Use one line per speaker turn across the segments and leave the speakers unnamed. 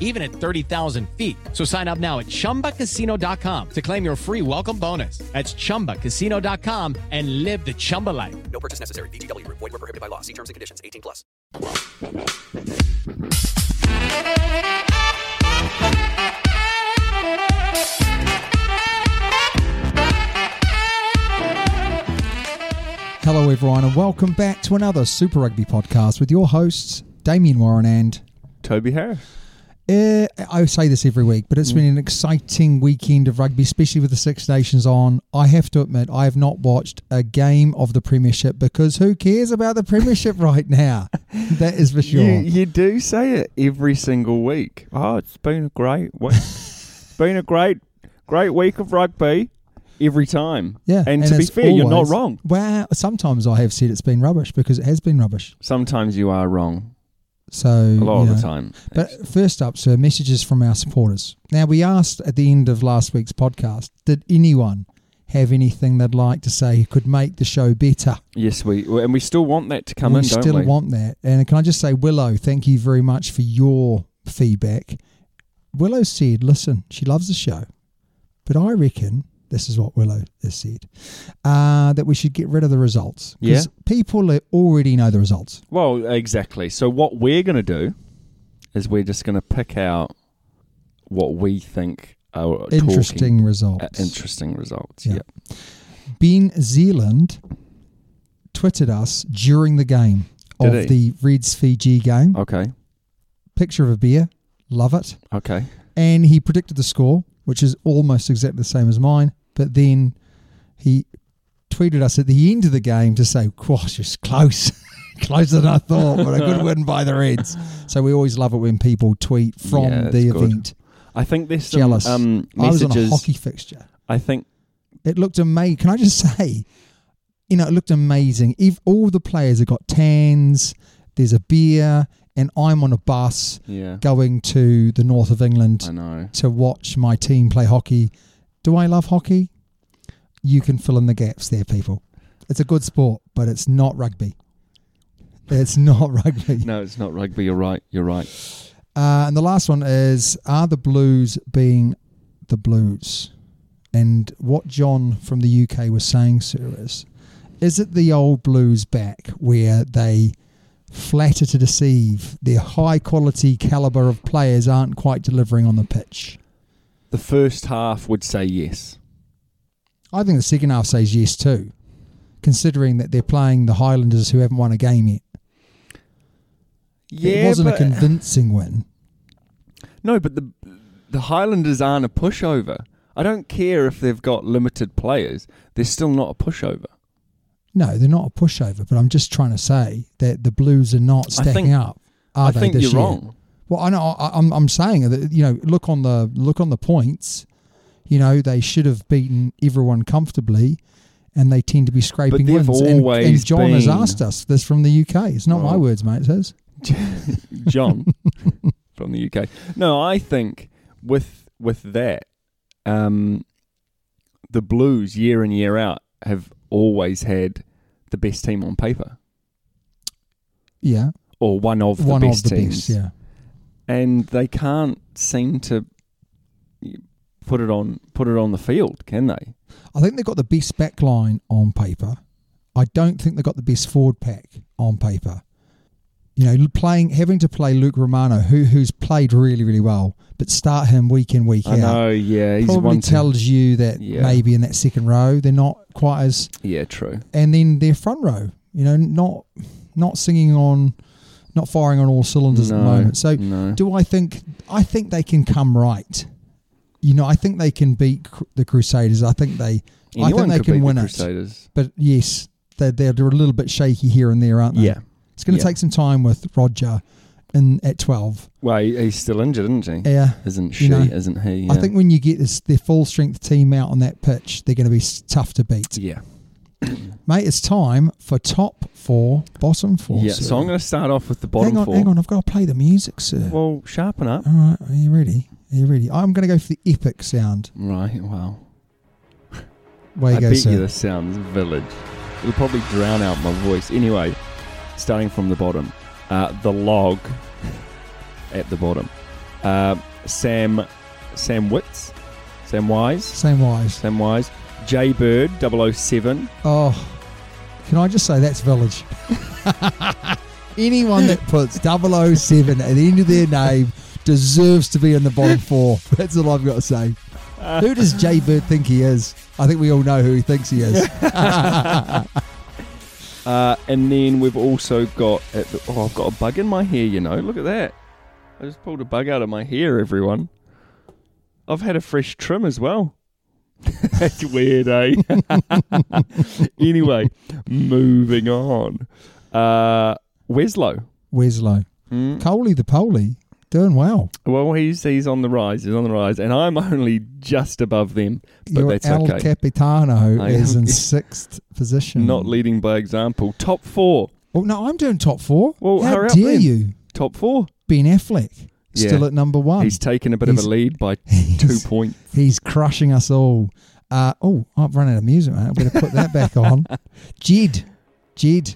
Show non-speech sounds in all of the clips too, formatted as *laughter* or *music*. even at 30,000 feet. So sign up now at ChumbaCasino.com to claim your free welcome bonus. That's ChumbaCasino.com and live the Chumba life.
No purchase necessary. VGW Group. Void were prohibited by law. See terms and conditions. 18 plus.
Hello, everyone, and welcome back to another Super Rugby podcast with your hosts, Damien Warren and.
Toby Harris.
Uh, I say this every week, but it's
Mm.
been an exciting weekend of rugby, especially with the Six Nations on. I have to admit, I have not watched a game of the Premiership because who cares about the Premiership *laughs* right now? That is for sure.
You you do say it every single week. Oh, it's been a great *laughs* week. it's been a great great week of rugby every time.
yeah,
And, to be
it's
fair, you're not
always-
wrong.
Well, sometimes I have said it's been rubbish because it has been rubbish.
Sometimes you are wrong.
So
A
you
lot of the
know.
time.
Mm, But first up, sir, messages from our supporters. Now, we asked at the end of last week's podcast did anyone have anything they'd like to say who could make the show better?
yes, we and we still want that to come
we
in,
still
don't we?
want that. And can I just say, Willow, thank you very much for your feedback. Willow said, listen, she loves the show, but I reckon. This is what Willow has said uh, that we should get rid of the results. 'Cause
Yeah.
People already know the results.
well, exactly. So what we're gonna do is we're just gonna pick out what we think are talking-
Interesting
uh,
results.
interesting results.
Yeah.
Yeah.
Ben Zealand twitted us during the game
Did
of
he? Oh.
the Reds Fiji game.
Okay.
Picture of a beer, love it.
Okay.
And he predicted the score, which is almost exactly the same as mine. But then he tweeted us at the end of the game to say, "Gosh, it's close." *laughs* Closer than I thought, but a
*laughs*
good win by the Reds. So we always love it when people tweet from
Yeah,
the
it's good.
event.
I think there's some
Jealous.
um
I was on a
messages.
hockey fixture.
I think
It looked amazing. Can I just *laughs* say, you know, it looked amazing. If all the players have got tans, there's a beer, and I'm on a bus
yeah.
going to the north of
I
England
know.
to watch my team play hockey. Do I love hockey? You can fill in the gaps there, people. It's a good sport, but it's not rugby. It's not *laughs* rugby.
No, it's not rugby. You're right. You're right.
Uh, and the last one is Are the Blues being the Blues? And what John from the UK was saying, sir, is is it the old Blues back where they flatter to deceive? Their high quality caliber of players aren't quite delivering on the pitch.
The first half would say yes.
I think the second half says yes too, considering that they're playing the Highlanders who haven't won a game yet. it wasn't
uh,
a convincing win.
no, but the the Highlanders aren't a pushover. I don't care if they've got limited players; they're still not a pushover.
No, they're not a pushover, but I'm just trying to say that the Blues are not
I
stacking
think-
up. Are
I
they
think
this
you're
year?
wrong.
Well, I know I, I'm I'm saying that you know look on the look on the points. You know they should have beaten everyone comfortably, and they tend to be scraping
they've
wins. And- And,
always
John has
been-
asked us this from the UK. It's not my
Well-
words, mate. It's his.
John *laughs* from the UK. No, I think with with that, um, the Blues year in year out have always had the best team on paper.
Yeah.
or one of the
One of
best
the
teams,
best. Yeah.
and they can't seem to put it on put it on the field, can they?
I think they've got the best back line on paper. I don't think they've got the best forward pack on paper. You know, playing having to play Luke Romano, who who's played really really well, but start him week in week
I
out.
know, yeah, he's
probably
one to-
tells you that
Yeah.
maybe in that second row they're not quite as
yeah, true.
and then their front row, you know, not not singing on, not firing on all cylinders at the
No,
moment. So,
no.
do I think I think they can come right? You know, I think they can beat Cru- the Crusaders. I think they, I
Anyone
think they
could
can
beat the
win it.
Crusaders.
But yes, they're, they're a little bit shaky here and there, aren't they?
Yeah.
it's going to
Yeah.
take some time with Roger, in at twelve.
Well, he, he's still injured, isn't he?
Yeah.
Isn't she?
You know,
isn't he?
I
Yeah.
think when you get this, their full strength team out on that pitch, they're going to be s- tough to beat,
yeah.
mate. It's time for top four, bottom four.
Yeah.
sir.
So I'm going to start off with the bottom
hang on,
four.
hang on. Uh-huh. I've got to play the music, sir.
Well, sharpen up.
All right, are you ready? Are you ready? I'm going to go for the epic sound.
Right. Wow.
Way you
I
go,
bet
sir.
you this sounds village. It'll probably drown out my voice. Anyway, starting from the bottom, uh, the log *laughs* at the bottom. Uh, Sam, Sam Witz, Sam Wise,
Same wise.
Sam Wise, J Bird 007.
Oh, can I just say that's
*laughs*
village? Anyone that puts 007 at the end of their name deserves to be in the bottom four. That's all I've got to say. Who does Jay Bird think he is? I think we all know who he thinks he
*laughs*
is.
Uh, and then we've also got at the, oh, I've got a bug in my hair. You know, look at that. I just pulled a bug out of my hair. Everyone, I've had a fresh trim as well. *laughs* That's weird, eh? *laughs* anyway, moving on. Uh, Weslow.
Weslow.
Hmm?
Coley the Poley, doing well.
Well, he's he's on the rise. He's on the rise, and I'm only just above them, but
Your
that's
El
okay.
Capitano
I
is
am- *laughs*
in sixth position.
Not leading by example. Top four.
Well, no, I'm doing top four.
Well,
How
hurry up
dare
then.
you?
Top four.
Ben Affleck
Yeah.
still at number one.
he's taken a bit of a
he's-
lead by two
*laughs* he's-
points.
He's crushing us all. Uh, oh, I've run out of music, mate. I better put that back
*laughs*
on. Jed, Jed,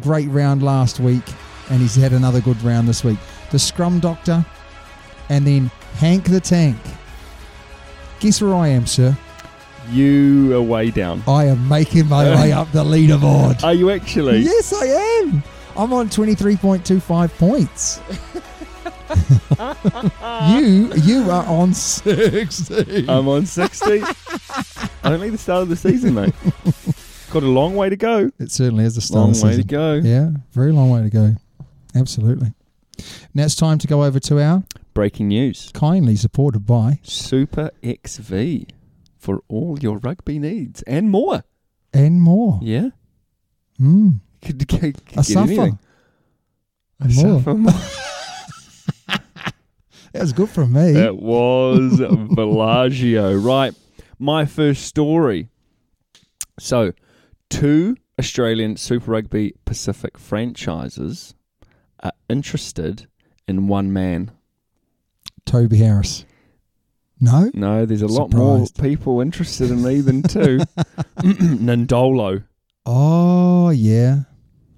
great round last week, and he's had another good round this week. The Scrum Doctor, and then Hank the Tank. Guess where I am, sir?
You are way down.
I am making
*laughs*
my way up the leaderboard.
Are you actually?
Yes, I am. I'm on 23.25 points.
*laughs*
you you are on 60.
I'm
*laughs*
on 60. Only the start of the season, mate. Got a long way to go.
It certainly is the start
long
of the
way to
season.
go.
Yeah, very long way to go. Absolutely. Now it's time to go over to our
Breaking news.
kindly supported by
Super XV for all your rugby needs and more.
and more.
Yeah.
Mm,
Could, could, could
a
get
suffer.
anything.
A more.
Suffer more.
That was good for me.
That was
*laughs*
Bellagio. Right. My first story. So, two Australian Super Rugby Pacific franchises are interested in one man.
Toby Harris. No?
No, there's a lot more
Surprised.
people interested in
*laughs*
me than two. *clears throat* Nandolo.
Oh yeah.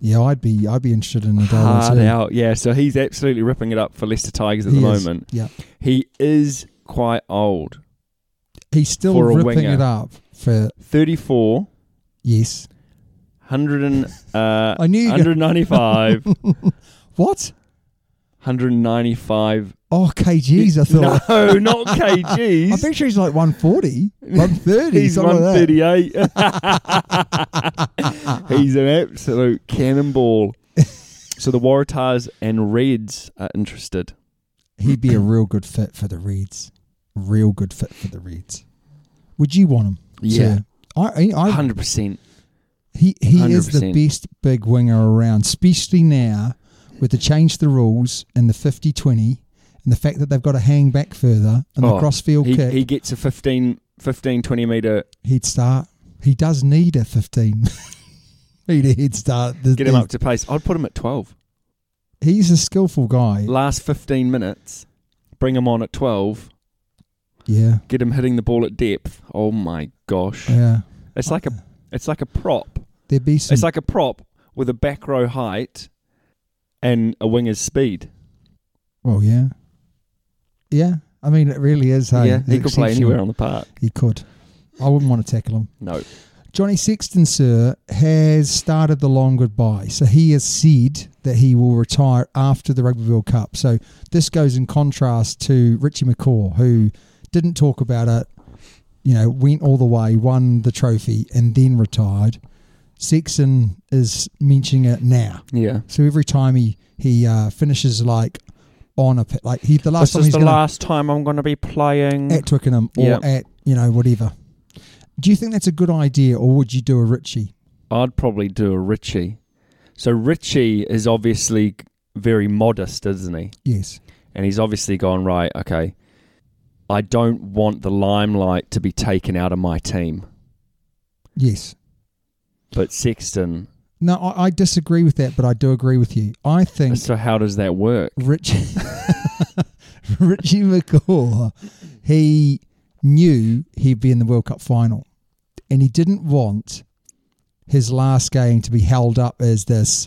Yeah, I'd be I'd be interested in a dollar
Hard
too.
out. Yeah, so he's absolutely ripping it up for Leicester Tigers at
He
the
is.
moment.
Yeah.
He is quite old.
He's still
For a
ripping
winger.
it up for
34,
yes.
100 and, uh,
I knew you were gonna-
195,
What?
195.
Oh KGs, I
No,
thought.
*laughs* not
*laughs*
kgs.
I'm pretty sure he's like 140, 130,
He's
something like that.
138. *laughs* He's an
*laughs*
absolute cannonball. so the Waratahs and Reds are interested.
He'd be a real good fit for the Reds. Real good fit for the Reds. Would you want him?
Yeah.
sir? I, I, I,
Hundred percent.
he he is the
100%.
best big winger around, especially now with the change to the rules and the 50 20 and the fact that they've got to hang back further and the crossfield
Oh, he,
kick.
He gets a 15, 15 20 meter.
he'd start. He does need a *laughs* 15 meter head start. The-
Get him up
the-
to pace. I'd put him at twelve.
he's a skillful guy.
Last fifteen minutes. Bring him on at twelve.
Yeah.
Get him hitting the ball at depth. Oh my gosh!
Yeah.
It's like a it's like a prop.
There'd be some.
It's like a prop with a back row height and a winger's speed.
Well, yeah, yeah. I mean, it really is. Hey?
yeah,
It's
he could play
exceptional.
anywhere on the park.
He could. I wouldn't want to tackle him.
No,
Johnny Sexton, sir, has started the long goodbye. So he has said that he will retire after the Rugby World Cup. So this goes in contrast to Richie McCaw, who didn't talk about it, you know, went all the way, won the trophy, and then retired. Sexton is mentioning it now.
yeah.
So every time he he uh, finishes like on a pi- like he the last
This
time
is
he's
the
gonna,
last time I'm going to be playing.
at Twickenham or
Yeah.
at you know whatever. Do you think that's a good idea, or would you do a Richie?
I'd probably do a Richie. So Richie is obviously very modest, isn't he?
Yes.
And he's obviously gone right. Okay, I don't want the limelight to be taken out of my team.
Yes.
But Sexton.
No, I, I disagree with that, but I do agree with you. I think
So how does that work?
Richie *laughs* Richie McCaw, he knew he'd be in the World Cup final, and he didn't want his last game to be held up as this.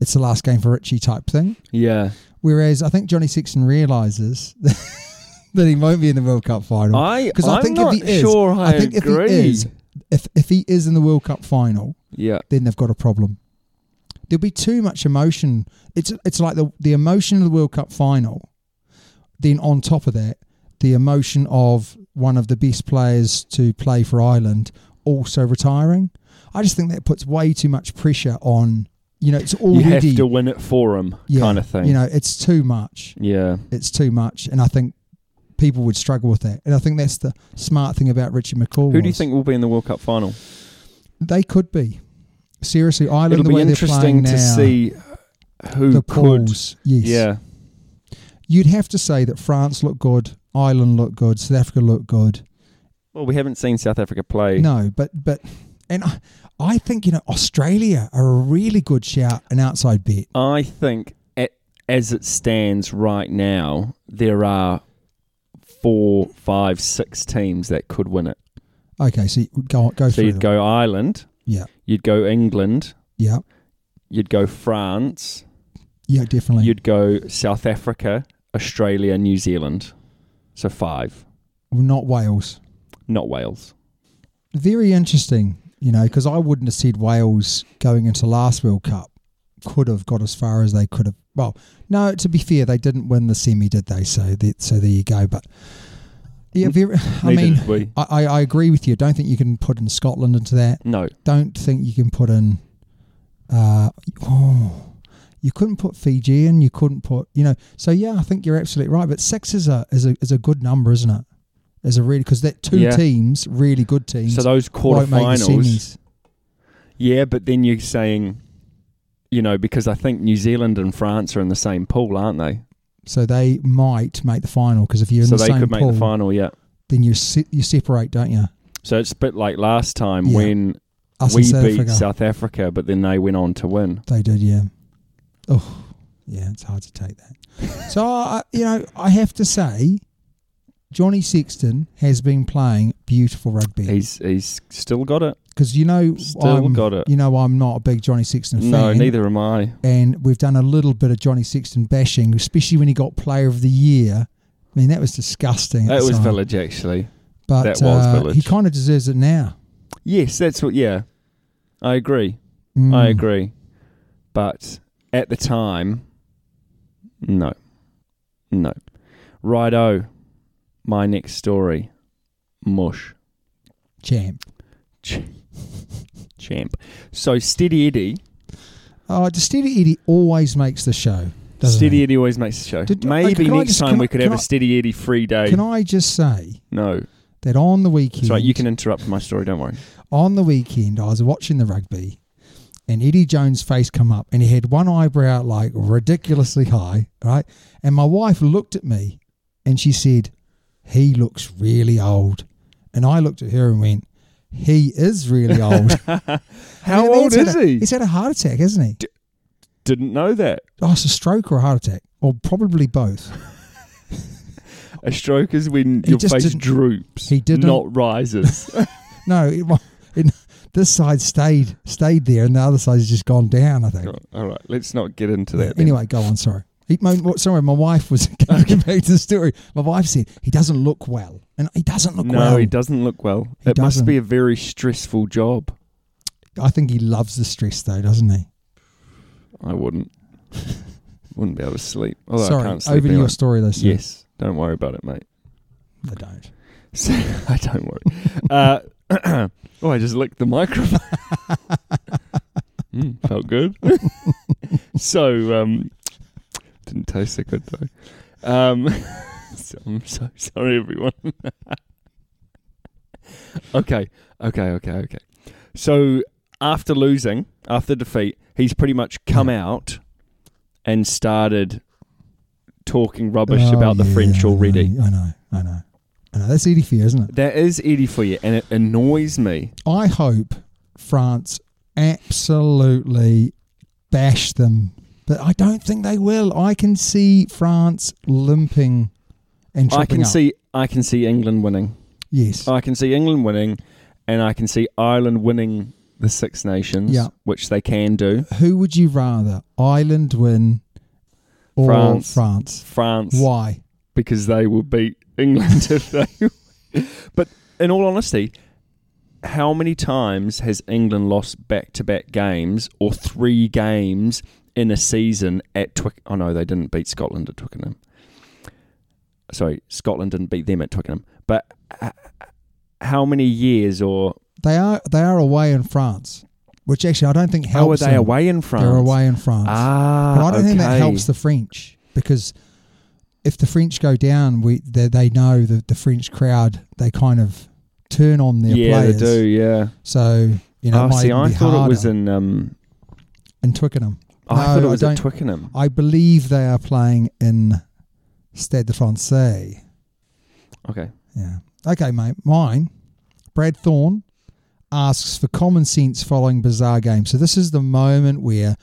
It's the last game for Richie type thing.
Yeah,
Whereas I think Johnny Sexton realizes *laughs* that he won't be in the World Cup final.
I- I'm
if
not
he is,
sure I
think if
agree.
he is, if if he is in the World Cup final,
yeah.
then they've got a problem. There'll be too much emotion. It's it's like the the emotion of the World Cup final. Then on top of that, the emotion of one of the best players to play for Ireland also retiring. I just think that puts way too much pressure on. You know, it's
You
already
have to win it for him,
yeah,
kind of thing.
You know, it's too much
yeah.
it's too much, and I think people would struggle with that. And I think that's the smart thing about Richie McCaw.
Who do you
was
think will be in the World Cup final?
they could be? Seriously, Ireland.
It'll
the
be
way they're playing
interesting to
now,
see who
the
could.
pools. Yes,
Yeah,
You'd have to say that France looked good, Ireland looked good, South Africa looked good.
Well, we haven't seen South Africa play.
No, but but, and I, I think you know Australia are a really good shout, an outside bet.
I think at, as it stands right now, there are four, five, six teams that could win it.
Okay, so you- go go
So
through.
you'd
them.
go Ireland,
Yeah,
you'd go England,
yeah,
you'd go France,
yeah, definitely.
you'd go South Africa, Australia, New Zealand. So five,
not Wales.
not Wales.
very interesting, you know, because I wouldn't have said Wales going into last World Cup could have got as far as they could have. Well, no, to be fair, they didn't win the semi, did they? So, that, so there you go. But yeah, very, I
Mm. Neither
mean,
did we.
I, I, I agree with you. Don't think you can put in Scotland into that.
No.
Don't think you can put in. Uh, oh, you couldn't put Fiji in. You couldn't put, you know. So yeah, I think you're absolutely right. But six is a is a is a good number, isn't it? Is a really because that two
Yeah.
teams, really good teams.
So those
won't make the
quarterfinals.
semis.
Yeah, but then you're saying, you know, because I think New Zealand and France are in the same pool, aren't they?
So they might make the final because if you're in
so
the
they
same
could make
pool,
the final, yeah.
then you se- you separate, don't you?
So it's a bit like last time
Yeah.
when
Us
we
and South
beat
Africa.
South Africa, but then they went on to win.
They did, yeah. Oh, yeah, it's hard to take that. so I, you know, I have to say, Johnny Sexton has been playing beautiful rugby
He's he's still got it.
because you know
Still
I'm,
got it.
You know, I'm not a big Johnny Sexton fan.
No, neither am I.
and we've done a little bit of Johnny Sexton bashing, especially when he got Player of the Year. I mean, that was disgusting. at
That
the
was
time.
village actually.
but
that was
uh,
village.
he kind of deserves it now.
Yes, that's what. Yeah, I agree. I
Mm.
agree. But at the time, no, no. Righto, my next story, mush.
Champ.
Ch- Champ. So Steady Eddie,
Oh, does Steady Eddie always makes the show? doesn't
Steady
he?
Eddie always makes the show.
Did- okay,
Maybe
can I
next
just-
time
can
we
I-
could
can
have a
I-
Steady Eddie free day.
Can I just say
no,
that on the weekend,
That's right. You can interrupt my story. Don't worry.
on the weekend, I was watching the rugby, and Eddie Jones' face come up, and he had one eyebrow like ridiculously high, right? And my wife looked at me, and she said, "He looks really old," and I looked at her and went, "He is really old."
*laughs* How
I mean, he's
old is
had a-
he?
He's had a heart attack, hasn't he?
Didn't know that.
Oh, it's a stroke or a heart attack, or probably
*laughs*
both.
A stroke is when
He
your
just
face
didn't-
droops.
he didn't-
not rises.
No, it, wa- it, this side stayed stayed there, and the other side's just gone down. I think.
All right, let's not get into that. then.
Anyway, go on. Sorry. He, my, what- sorry, my wife was *laughs* going back to the story. My wife said he doesn't look well, and he doesn't look
no,
well.
he doesn't look well.
He
it must be
doesn't.
a very stressful job.
I think he loves the stress, though, doesn't he?
I
*laughs*
wouldn't. Wouldn't be able to sleep. Although
sorry,
I can't sleep
over to
anyway.
your story, though. Sue.
Yes, don't worry about it, mate.
I don't.
So, *laughs* I don't worry. Uh, *clears throat* oh, I just licked the microphone. Mm, felt good. *laughs* so um, didn't taste that good though. Um, *laughs* so I'm so sorry, everyone. *laughs* okay, okay, okay, okay. So after losing, after defeat, he's pretty much come out and started talking rubbish
Oh,
about the
yeah,
French
I know,
already.
I know, I know, I know. That's Eddie Fair, isn't it?
That is Eddie for you, and it annoys me.
I hope France absolutely bash them, but I don't think they will. I can see France limping and
I
tripping
can
up.
see I can see England winning.
yes,
I can see England winning, and I can see Ireland winning the Six Nations,
Yeah.
which they can do.
who would you rather Ireland win or
France.
France?
France,
Why?
because they will beat England *laughs* if they. but in all honesty, how many times has England lost back-to-back games or three games in a season at Twick? Oh no, they didn't beat Scotland at Twickenham. Sorry, Scotland didn't beat them at Twickenham. But h- how many years or
They are they are away in France, which actually I don't think helps.
how are they
them.
away in France?
They're away in France.
Ah,
But I don't think that
okay.
helps the French because if the French go down, we they, they know that the French crowd they kind of turn on their
yeah,
players.
they do. Yeah.
So you know,
oh,
it might
see,
even
I
be
thought it was
harder.
in. Um,
in Twickenham.
I thought it
No, I
was at
don't-
Twickenham.
I believe they are playing in Stade de Francais.
Okay.
Yeah. Okay, mate. Mine. Brad Thorne asks for common sense following bizarre game. So this is the moment where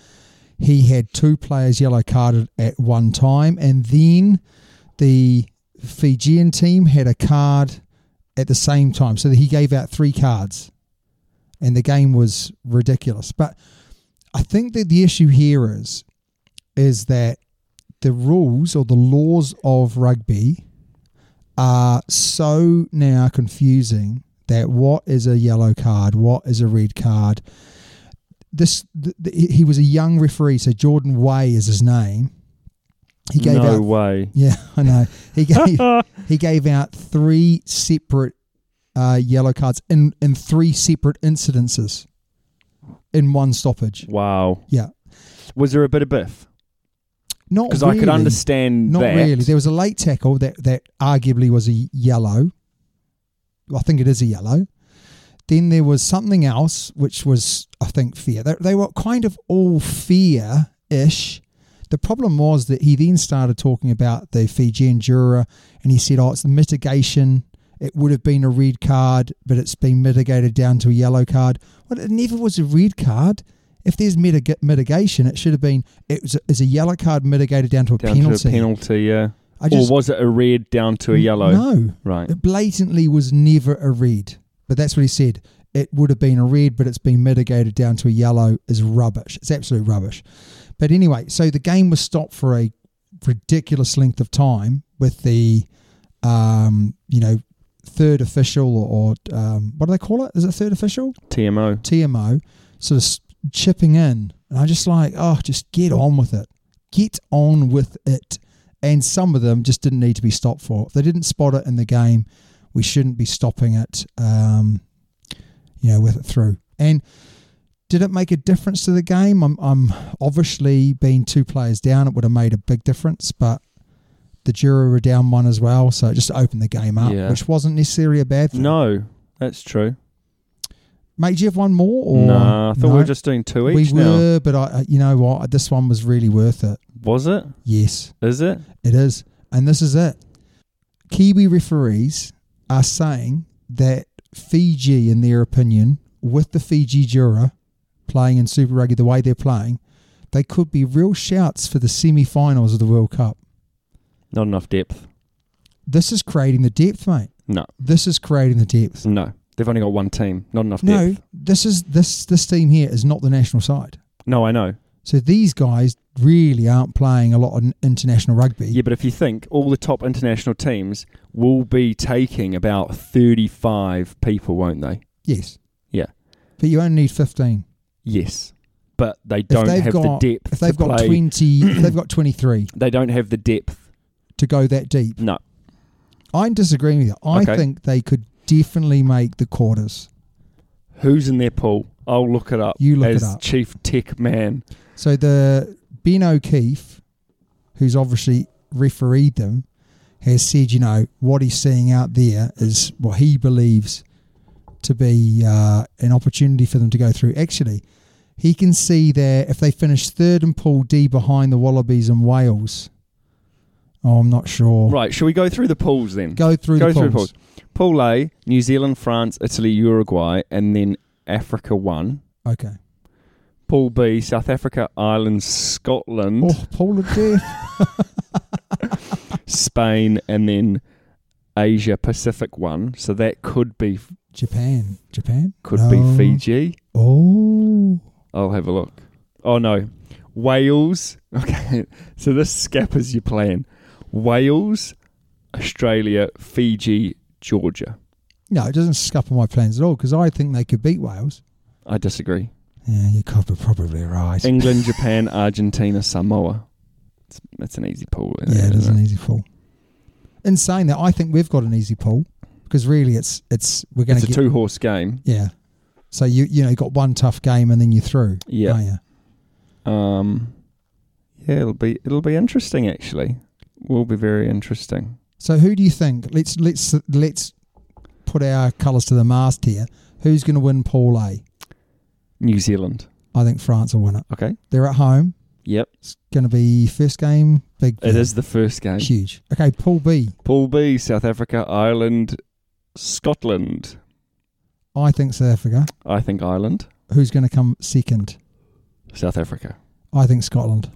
he had two players yellow carded at one time, and then the Fijian team had a card at the same time. So he gave out three cards, and the game was ridiculous. But I think that the issue here is is that the rules or the laws of rugby are so now confusing that what is a yellow card, what is a red card. This th- th- he- he was a young referee, so Jordan Way is his name. He gave
no
out
way.
yeah, *laughs* I know. He gave he gave out three separate uh, yellow cards in in three separate incidences in one stoppage.
Wow.
Yeah,
Was there a bit of biff?
not
Because
really,
I could understand
Not
that.
really. There was a late tackle that that arguably was a yellow. I think it is a yellow. Then there was something else which was I think fear. They, they were kind of all fear ish. The problem was that he then started talking about the Fijian juror and he said, Oh, it's the mitigation. It would have been a red card, but it's been mitigated down to a yellow card. Well, it never was a red card. If there's mitig- mitigation, it should have been it was a, is a yellow card mitigated down to a
Down
penalty.
to a penalty, yeah.
I just-
or was it a red down to a yellow?
No,
Right.
it blatantly was never a red, but that's what he said. It would have been a red, but it's been mitigated down to a yellow. Is rubbish. It's absolute rubbish. But anyway, so the game was stopped for a ridiculous length of time with the, um, you know, third official or, or um, what do they call it? Is it third official?
TMO.
TMO sort of s- chipping in, and I'm just like, oh, just get on with it, get on with it. And some of them just didn't need to be stopped for. If they didn't spot it in the game, we shouldn't be stopping it, um, you know, with it through. And did it make a difference to the game? I'm, I'm obviously being two players down, it would have made a big difference, but the jury were down one as well, so it just opened the game up,
Yeah.
which wasn't necessarily a bad thing.
No, that's true.
Mate, do you have one more? Or
Nah, I thought we
No?
were just doing two each
we
now.
were, but I, I- you know what? This one was really worth it.
Was it?
Yes,
Is it?
it is, and this is it. Kiwi referees are saying that Fiji, in their opinion, with the Fiji juror playing in Super Rugby the way they're playing, they could be real shouts for the semi-finals of the World Cup.
Not enough depth.
This is creating the depth, mate.
No,
This is creating the depth.
no. They've only got one team, not enough
No,
depth.
this is this this team here is not the national side.
No, I know.
So these guys really aren't playing a lot of n- international rugby.
Yeah, but if you think all the top international teams will be taking about 35 people, won't they?
Yes,
Yeah.
but you only need fifteen.
Yes. But they
if
don't
they've
have
got
the depth
if they've
to
got
play.
twenty, if they've got twenty three
They don't have the depth.
to go that deep.
No.
I'm disagreeing with you. I
Okay.
think they could definitely make the quarters.
Who's in their pool? I'll look it up.
You look it
as
up.
Chief Tech Man.
So the Ben O'Keefe, who's obviously refereed them, has said, you know, what he's seeing out there is what he believes to be uh, an opportunity for them to go through. Actually, he can see that if they finish third and Pool D behind the Wallabies and Wales, oh, I'm not sure.
Right, shall we go through the pools then?
Go through
go
the
through
pools.
pools. Pool A, New Zealand, France, Italy, Uruguay, and then Africa won.
Okay.
Pool B, South Africa, Ireland, Scotland,
Oh, Pool of Death.
Spain, and then Asia Pacific one. So that could be
Japan. Japan?
could
No.
be Fiji.
Oh.
I'll have a look. Oh no, Wales. *laughs* Okay, so this scap is your plan. Wales, Australia, Fiji, Georgia.
No, it doesn't scupper my plans at all because I think they could beat Wales.
I disagree.
Yeah, you're prob- probably right. *laughs*
England, Japan, Argentina, Samoa. It's, that's an easy pool. isn't
yeah, it is
Isn't
an easy pull. In saying that, I think we've got an easy pull because really, it's it's we're going
It's
to
a
get
two horse game.
yeah. So you you know you got one tough game and then you're through.
Yeah.
aren't you?
Um, yeah, it'll be it'll be interesting actually. Will be very interesting.
So who do you think? Let's let's let's put our colours to the mast here. Who's going to win Pool A?
New Zealand.
I think France will win it.
Okay.
They're at home.
Yep.
It's going to be first game big.
It is the first game.
huge. Okay, Pool B.
Pool B, South Africa, Ireland, Scotland.
I think South Africa.
I think Ireland.
Who's going to come second?
South Africa.
I think Scotland.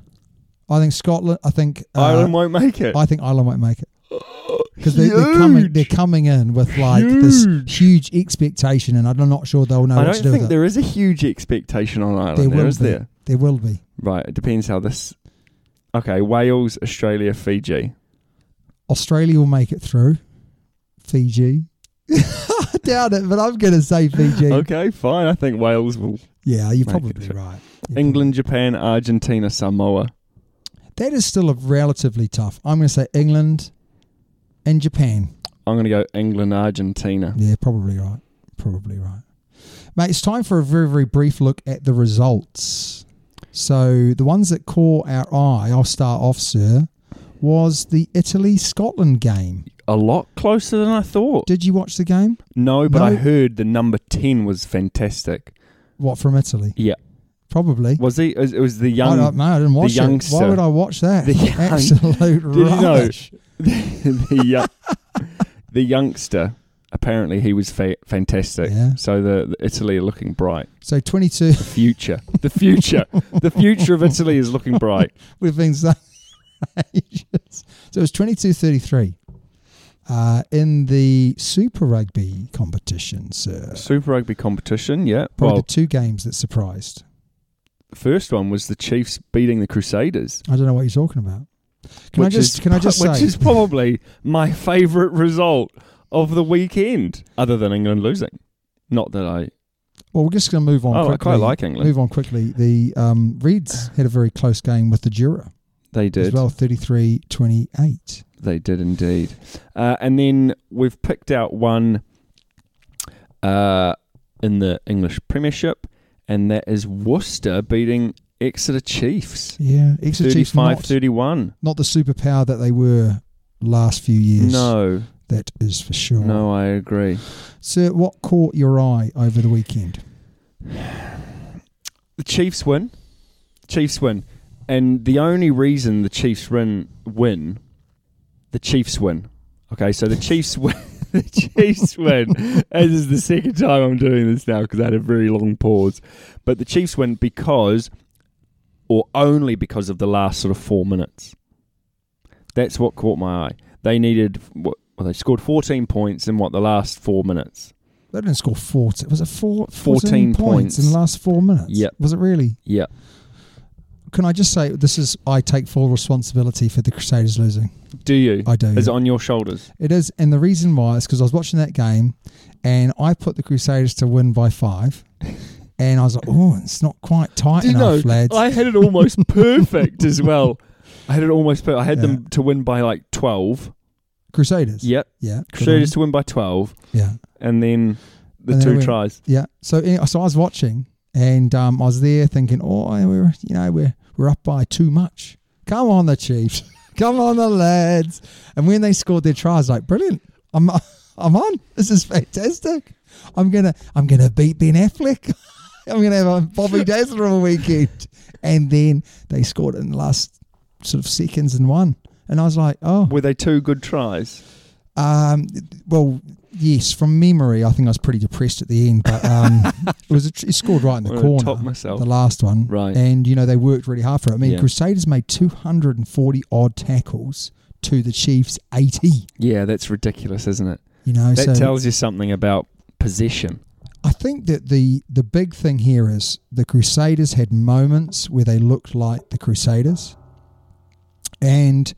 I think Scotland. I think uh,
Ireland won't make it.
I think Ireland won't make
*gasps*
it because they, they're coming. They're
Huge.
coming in with like this huge expectation, and I'm not sure they'll know
I
what to
don't
do
think
with
there is a huge expectation on
it.
Ireland.
There
there
will
is
be.
there.
There will be.
Right. It depends how this. Okay. Wales, Australia, Fiji.
Australia will make it through. Fiji. *laughs* I doubt it, but I'm going to say Fiji.
Okay. Fine. I think Wales will.
Yeah, you're
Make
probably
it through.
right. You're
England, Japan, Argentina, Samoa.
probably- That is still a relatively tough. I'm going to say England and Japan.
I'm going to go England, Argentina.
Yeah, probably right. Probably right. Mate, it's time for a very, very brief look at the results. So, the ones that caught our eye, I'll start off, sir, was the Italy Scotland game.
A lot closer than I thought.
Did you watch the game?
No, but I
No.
heard the number 10 was fantastic.
What, from Italy?
Yeah.
Probably.
Was he? It was the young.
I don't know. I didn't
the
watch it.
youngster.
Why would I watch that?
The
*laughs*
young- *laughs*
Absolute
Did you know?
rubbish.
the, young- the youngster. Apparently, he was fa- fantastic.
Yeah.
So the, the Italy are looking bright.
So, 22,
The future, the future, the future of Italy is looking bright.
we've been saying for ages. So, it was 22 33 uh, in the Super Rugby competition, sir.
Super Rugby competition. Yeah.
Probably
well,
the two games that surprised.
the first one was the Chiefs beating the Crusaders.
I don't know what you're talking about. Can I
which
just
is
can I just
pro-
say
*laughs* which is probably my favourite result of the weekend, other than England losing. Not that I.
well we're just going to move on.
Oh, I
quickly,
quite like England.
Move on quickly. The um, Reds had a very close game with the Jura
They
as
did.
well, 33-28.
They did indeed. Uh, and then we've picked out one uh, in the English Premiership, and that is Worcester beating Exeter Chiefs.
Yeah, Exeter Chiefs not,
35 31.
not the superpower that they were last few years.
No,
that is for sure.
no, I agree.
Sir, what caught your eye over the weekend?
The Chiefs win. Chiefs win. And the only reason the Chiefs win, win the Chiefs win. Okay, so the Chiefs *laughs* win. the Chiefs win. This is the second time I'm doing this now because I had a very long pause. But the Chiefs win because, or only because of the last sort of four minutes. That's what caught my eye. They needed, what- well, they scored 14 points in what, the last four minutes.
They didn't score 14. Was it four,
14
points in
points.
the last four minutes?
Yep.
Was it really?
Yeah.
Can I just say this is I take full responsibility for the Crusaders losing.
Do you?
I do,
Is
yeah.
it on your shoulders?
It is, and the reason why is because I was watching that game, and I put the Crusaders to win by five, and I was like, "Oh, it's not quite tight
Do you
enough,
know?
lads."
I had it
*laughs*
almost perfect as well. I had it almost perfect. I had
Yeah.
them to win by like 12.
Crusaders.
Yep.
Yeah. good
Crusaders
on
to win by 12.
them. Yeah.
And then the
And then
two
it went-
tries.
Yeah. So any- so I was watching and um, I was there thinking, oh, we're you know we're we're up by too much. Come on, the Chiefs. *laughs* Come on, the lads. And when they scored their try, I was like, brilliant. I'm *laughs* I'm on. This is fantastic. I'm gonna I'm gonna beat Ben Affleck. *laughs* I'm gonna have a
*laughs*
Bobby Dazzler all weekend. And then they scored in the last sort of seconds and won. And I was like, oh,
Were they two good tries?
um, well, yes, from memory, I think I was pretty depressed at the end, but
*laughs*
um, it was a, tr- he scored right in the
I'm gonna
corner,
top myself.
the last one,
Right.
And you know they worked really hard for it. I mean,
Yeah.
Crusaders made two hundred and forty odd tackles to the Chiefs eighty.
Yeah, that's ridiculous, isn't it?
You know,
That
so
tells you something about possession.
I think that the the big thing here is the Crusaders had moments where they looked like the Crusaders, and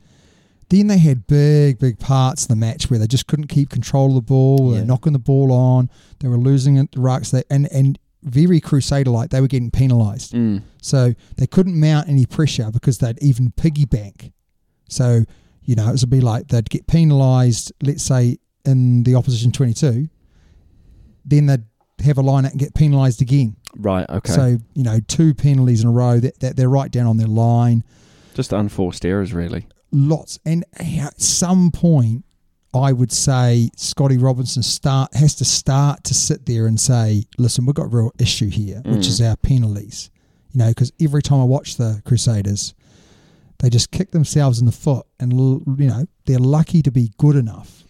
then they had big, big parts of the match where they just couldn't keep control of the ball.
Yeah.
They're knocking the ball on. They were losing at the rucks. They, and and very Crusader like they were getting penalised, so they couldn't mount any pressure because they'd even piggy bank. So you know it would be like they'd get penalised. Let's say in the opposition twenty-two then they'd have a line out and get penalised again.
Right, okay.
So, you know, two penalties in a row that, that they're right down on their line.
Just unforced errors, really.
Lots. And at some point, I would say Scotty Robinson start has to start to sit there and say, listen, we've got a real issue here, which
Mm.
is our penalties. You know, because every time I watch the Crusaders, they just kick themselves in the foot and, l- you know, they're lucky to be good enough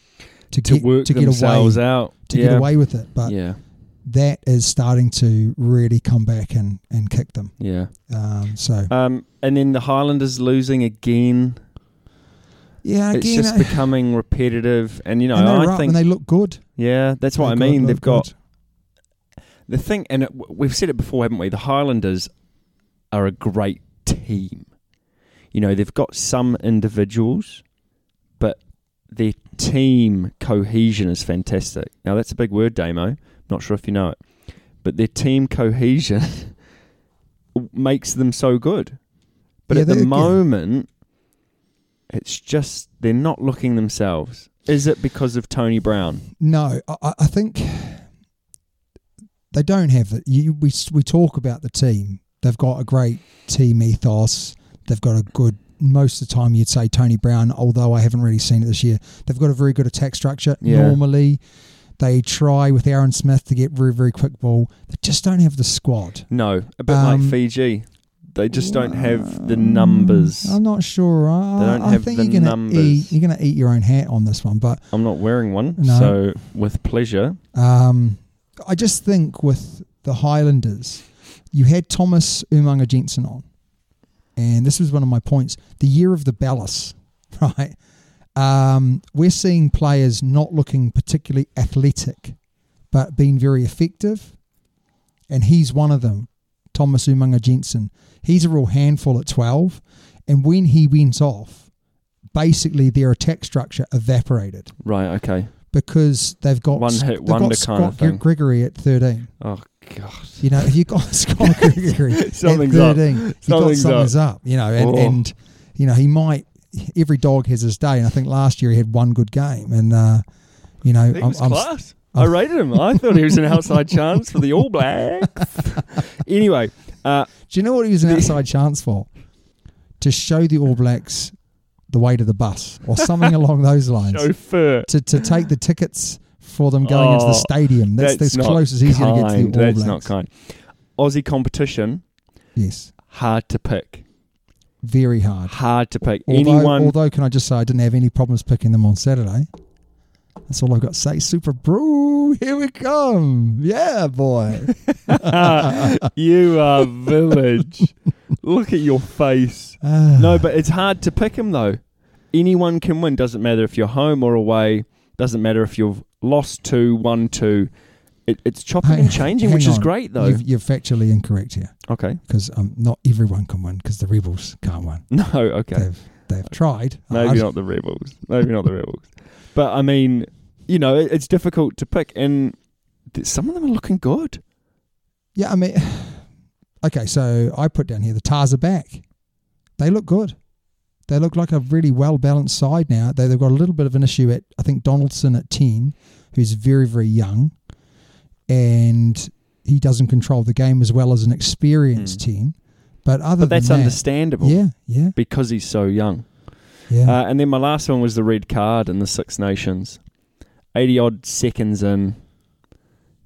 to,
To
get,
work
to get
themselves
away.
out.
To
yeah.
get away with it, but
Yeah,
that is starting to really come back and, and kick them.
yeah.
Um, so
Um, and then the Highlanders losing again.
yeah,
it's
again,
just
uh,
becoming repetitive. And you know,
and they're
I
up
think
and they look good.
yeah, that's what I
Look good,
mean.
look
They've got
good.
the thing, and it, we've said it before, haven't we? The Highlanders are a great team. You know, they've got some individuals, but their team cohesion is fantastic. Now that's a big word, Damo. Not sure if you know it, but their team cohesion *laughs* makes them so good. But
Yeah,
at the
they- yeah.
moment, it's just they're not looking themselves. Is it because of Tony Brown?
No, I- I, I think they don't have the You, we s- we talk about the team. They've got a great team ethos. They've got a good. Most of the time, you'd say Tony Brown. Although I haven't really seen it this year, they've got a very good attack structure.
Yeah.
Normally, they try with Aaron Smith to get very very quick ball. They just don't have the squad.
No, a bit
Um,
like Fiji. They just don't have the numbers.
I'm not sure. I,
They don't
I
have
think
the
you're gonna
numbers.
eat. You're gonna eat your own hat on this one, but
I'm not wearing one,
No.
so with pleasure.
um, I just think with the Highlanders, you had Thomas Umanga Jensen on, and this was one of my points. The year of the ballast, *laughs* right? Um, we're seeing players not looking particularly athletic, but being very effective, and he's one of them. Thomas Umanga Jensen, he's a real handful at twelve, and when he went off, basically their attack structure evaporated
Right, okay.
because they've got
One hit
they've
wonder
got
kind of
Scott Gre-
thing.
Gregory at thirteen.
Oh god.
You know, if you got *laughs*
*laughs*
Scott Gregory at
Something's up.
thirteen, you got
Something's up.
something's up. You know, and,
Oh.
and you know he might. Every dog has his day, and I think last year he had one good game, and uh, you know,
He
I'm,
was
I'm,
class. I rated him. I thought he was an outside chance for the All Blacks.
*laughs*
anyway, uh,
do you know what he was an outside chance for? To show the All Blacks the way to the bus, or
*laughs*
something along those lines.
chauffeur.
To to take the tickets for them going into the
Oh,
stadium. That's,
That's
as
not
close as he's going to get to the All
kind. That's
Blacks.
not kind. Aussie competition
Yes,
hard to pick.
very hard.
Hard to pick.
Although,
Anyone
although, can I just say I didn't have any problems picking them on Saturday. That's all I've got to say. Super Brew, here we come. Yeah,
*laughs*
boy.
you are village. Look at your face.
*sighs*
no, but it's hard to pick him though. Anyone can win. Doesn't matter if you're home or away. Doesn't matter if you've lost two, won two. It, it's chopping
Hey,
and changing,
hang
which is
on.
great though.
You've, you're factually incorrect here
okay. *laughs*
because um, not everyone can win because the rebels can't win.
No. Okay.
They've they've tried.
Maybe
hard.
not the Rebels. Maybe not the Rebels. But I mean, you know, it- it's difficult to pick, and th- some of them are looking good.
Yeah, I mean, *sighs* okay. So I put down here the Tars are back. They look good. They look like a really well balanced side now. They, they've got a little bit of an issue at I think Donaldson at ten, who's very very young, and he doesn't control the game as well as an experienced ten. But other
Hmm. But that's
than that,
understandable
yeah, yeah,
because he's so young.
yeah.
Uh, and then my last one was the red card in the Six Nations. 80 odd seconds in,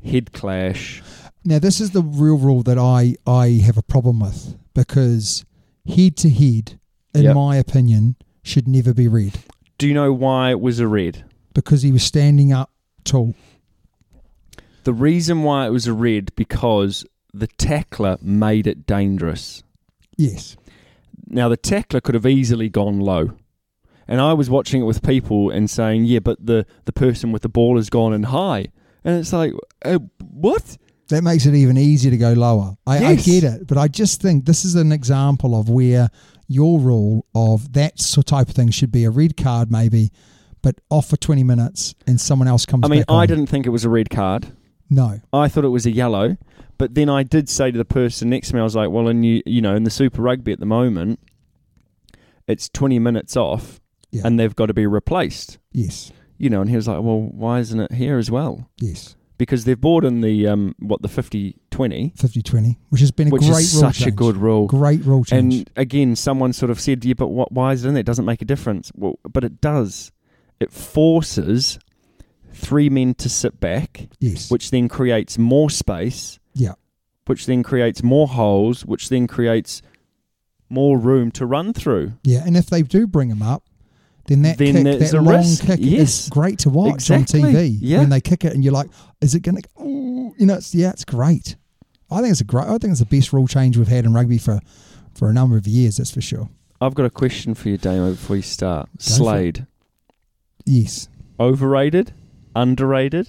head clash.
Now, this is the real rule that I, I have a problem with because head to head, in
Yep.
my opinion, should never be read
Do you know why it was a red?
because he was standing up tall.
The reason why it was a red because the tackler made it dangerous.
Yes.
Now the tackler could have easily gone low. And I was watching it with people and saying, "Yeah, but the the person with the ball has gone in high." And it's like, uh, "What?"
That makes it even easier to go lower. I, I
Yes.
get it, but I just think this is an example of where your rule of that sort type of thing should be a red card, maybe, but off for 20 minutes and someone else comes
I mean,
back
I
on.
didn't think it was a red card.
No.
I thought it was a yellow, but then I did say to the person next to me, I was like, "Well, and you, you know, in the Super Rugby at the moment, it's twenty minutes off,
Yeah.
and they've got to be replaced."
Yes.
You know, and he was like, "Well, why isn't it here as well?"
Yes.
Because they've bought in the um, what the 50-20,
50 20, which has been a
which
great
is
rule
such a
change.
good rule.
Great rule change.
And again, someone sort of said, "Yeah, but what, why is it in there? It doesn't make a difference." Well, but it does. It forces three men to sit back,
yes.
which then creates more space,
yeah.
which then creates more holes, which then creates more room to run through.
Yeah, and if they do bring him up, then that
Then
kick,
there's
that
a
long
risk.
kick
Yes.
is great to watch
Exactly.
on TV.
Yeah.
When they kick it and you're like, is it going to, you know, it's, yeah, it's great. I think it's a great, I think it's the best rule change we've had in rugby for, for a number of years, that's for sure.
I've got a question for you, Damo, before you start.
for it.
Slade,
Yes.
overrated, underrated?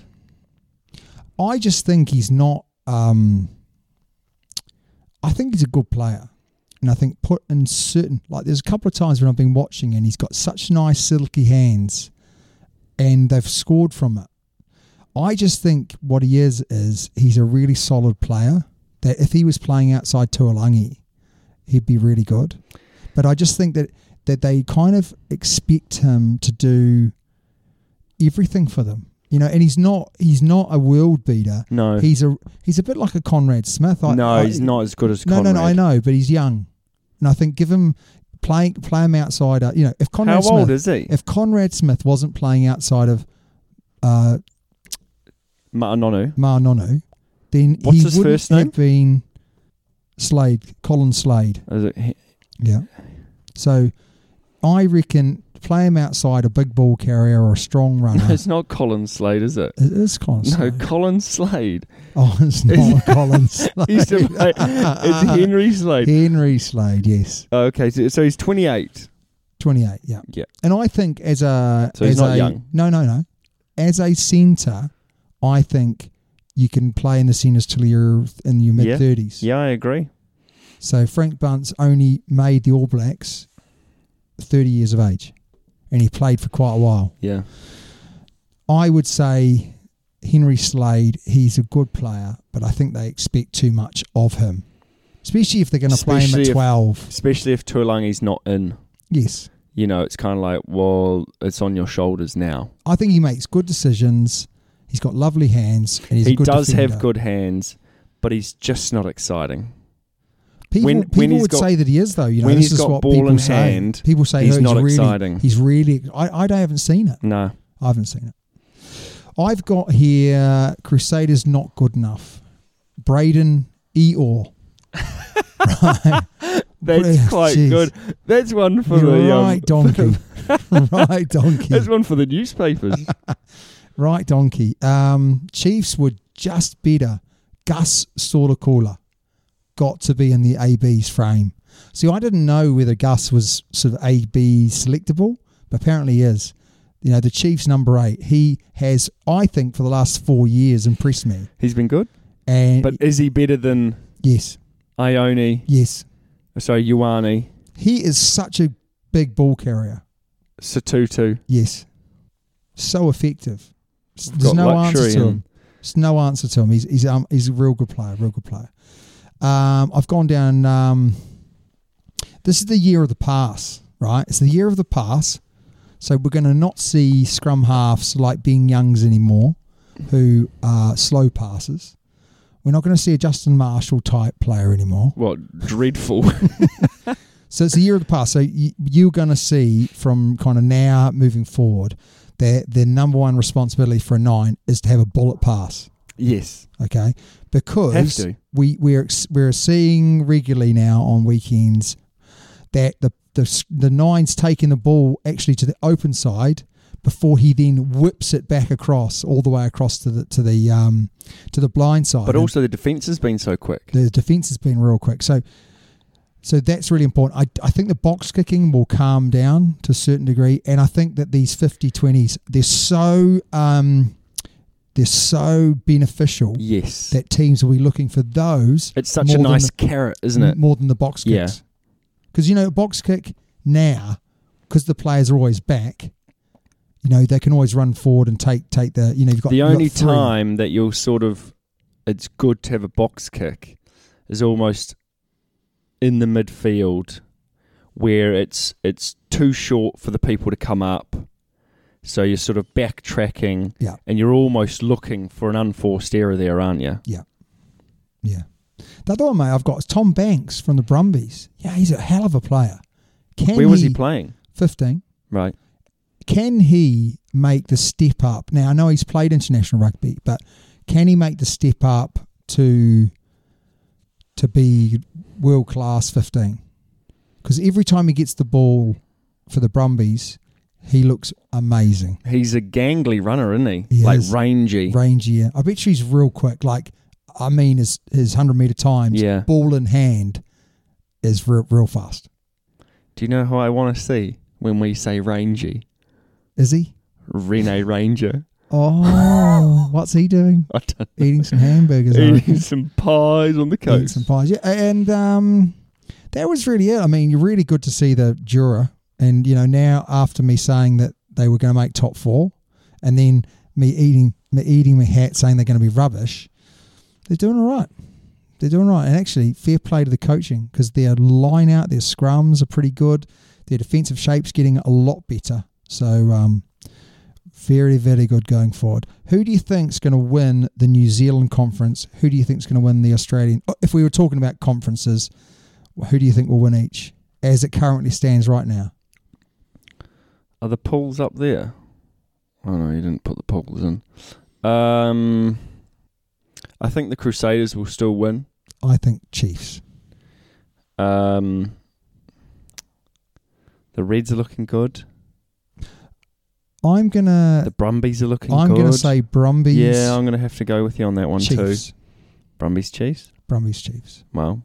I just think he's not, um, I think he's a good player. And I think put in certain, like there's a couple of times when I've been watching and he's got such nice silky hands and they've scored from it. I just think what he is is he's a really solid player. That if he was playing outside Tuolangi, he'd be really good. But I just think that that they kind of expect him to do everything for them, you know. And he's not he's not a world beater.
No.
he's a he's a bit like a Conrad Smith. I,
no,
I-
he's not as good as
No,
Conrad.
no, no. I know, but he's young, and I think give him play play him outside. uh, You know, if Conrad
How
Smith,
old is he?
if Conrad Smith wasn't playing outside of uh,
Ma'anonu.
Manonu, then
What's
he
his
wouldn't
first
have been Slade, Colin Slade.
Is it he-
Yeah. So I reckon play him outside a big ball carrier or a
*laughs*
strong
No,
runner.
it's not Colin Slade, is it?
it is Colin
No,
Slade. *laughs*
Colin Slade.
oh,
*laughs*
it's not Colin Slade. *laughs*
He's the, it's Henry Slade. Oh,
Henry Slade, yes.
Okay, so, so he's 28.
28, yeah.
Yeah.
And I think as a
So he's
as
not
a,
young.
No, no, no. As a centre, I think you can play in the centres till you're in your
Yeah.
mid thirties.
Yeah, I agree.
So Frank Bunce only made the All Blacks 30 years of age and he played for quite a while.
Yeah.
I would say Henry Slade, he's a good player, but I think they expect too much of him, especially if they're going to play him
Especially
at
if-
12.
Especially if Tuolangi's not in.
yes.
You know, it's kind of like, well, it's on your shoulders now.
I think he makes good decisions. He's got lovely hands and he's a
he
good
does
defender.
have good hands, but he's just not exciting.
People,
When-
people
when he's
would
got-
say that he is, though. You know,
when
this is
he's got
what
ball
people
in
say.
hand,
people say
he's
"Oh,
not
really,
exciting."
He's really. I, I haven't seen it.
No.
I haven't seen it. I've got here Crusaders not good enough. Braden Eor.
That's
*laughs* Yeah,
quite
jeez.
good. That's one for
You're
the um,
right,
*laughs*
donkey. *laughs* right, donkey.
That's one for the
*laughs*
newspapers.
Right, donkey. Um, Chiefs were just better. Gus Sordacola got to be in the AB's frame. See, I didn't know whether Gus was sort of AB selectable, but apparently he is. You know, the Chiefs number eight. He has, I think, for the last four years impressed me.
He's been good,
And
but is he better than
yes,
Ione? uh,
yes,
Sorry, Ioane
he is such a big ball carrier.
Satutu.
Yes, so effective. S-
We've
There's
got
no
luxury
answer to
and-
him. There's no answer to him. He's he's um, he's a real good player. Real good player. Um, I've gone down. Um, this is the year of the pass, right? It's the year of the pass. So we're going to not see scrum halves like being Youngs anymore, who are slow passes. We're not going to see a Justin Marshall type player anymore.
What dreadful?
*laughs* So it's a year of the past. So you, you're going to see from kind of now moving forward that their number one responsibility for a nine is to have a bullet pass.
yes,
Okay, because
Have to.
we we're ex- we're seeing regularly now on weekends that the the s- the nine's taking the ball actually to the open side before he then whips it back across all the way across to the to the um to the blind side.
but
And-
also the defense has been so quick.
the defense has been real quick. So, so that's really important. I, I think the box kicking will calm down to a certain degree, and I think that these 50-20s, they're so um, they're so beneficial
Yes,
that teams will be looking for those.
it's such
more
a
than the-
nice carrot, isn't it?
More than the box
Yeah.
kicks, because you know box kick now, because the players are always back. You know they can always run forward and take take the you know you've got
the
you've got
only
three.
time that you'll sort of it's good to have a box kick is almost in the midfield where it's it's too short for the people to come up so you're sort of backtracking
Yeah.
and you're almost looking for an unforced error there aren't you
Yeah. Yeah. The other one, mate, I've got is Tom Banks from the Brumbies. Yeah, he's a hell of a player. Can
where was he playing
15.
right
Can he make the step up? Now, I know he's played international rugby, but can he make the step up to to be world class 15? Because every time he gets the ball for the Brumbies, he looks amazing.
he's a gangly runner isn't he,
He
like
is.
rangy
rangier. I bet you he's real quick. Like, I mean, his his hundred meter times,
Yeah.
ball in hand, is real, real fast.
do you know who i want to see when we say rangy
Is he?
rene ranger *laughs*
*laughs* Oh, what's he doing?
i don't
Eating some hamburgers. I
*laughs* eating
reckon.
some pies on the coast
Eating some pies. Yeah, and um, that was really it. I mean, you're really good to see the Jura, and you know now after me saying that they were going to make top four, and then me eating me eating my hat saying they're going to be rubbish, they're doing all right. They're doing all right, and actually, fair play to the coaching because their line out, their scrums are pretty good. Their defensive shape's getting a lot better. So, um, very, very good going forward. Who do you think's going to win the New Zealand conference? Who do you think's going to win the Australian? oh, If we were talking about conferences, who do you think will win each as it currently stands right now?
Are the polls up there? Oh no, you didn't put the polls in. Um, I think the Crusaders will still win.
I think Chiefs.
Um, the Reds are looking good.
I'm gonna.
The Brumbies are looking
Uh, I'm
good.
gonna say Brumbies.
yeah, I'm gonna have to go with you on that one too.
Chiefs.
Brumbies Chiefs.
Brumbies Chiefs.
Well,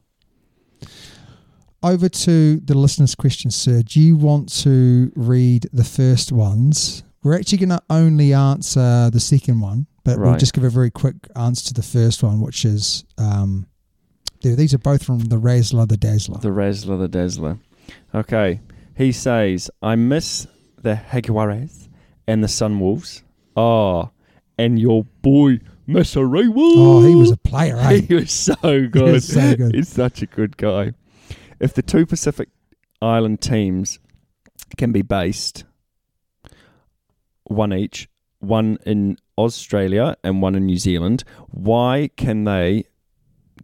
Over to the listeners' questions, sir. Do you want to read the first ones? We're actually going to only answer the second one, but we'll
Right.
just give a very quick answer to the first one, which is um, th- these are both from the Razzler, the Dazzler.
the Razzler, the Dazzler. Okay, he says I miss the Jaguares and the Sunwolves. Ah, and your boy Messeri.
oh, he was a player,
*laughs*
eh?
He was so good.
was so good.
He's such a good guy. If the two Pacific Island teams can be based one each, one in Australia and one in New Zealand, why can they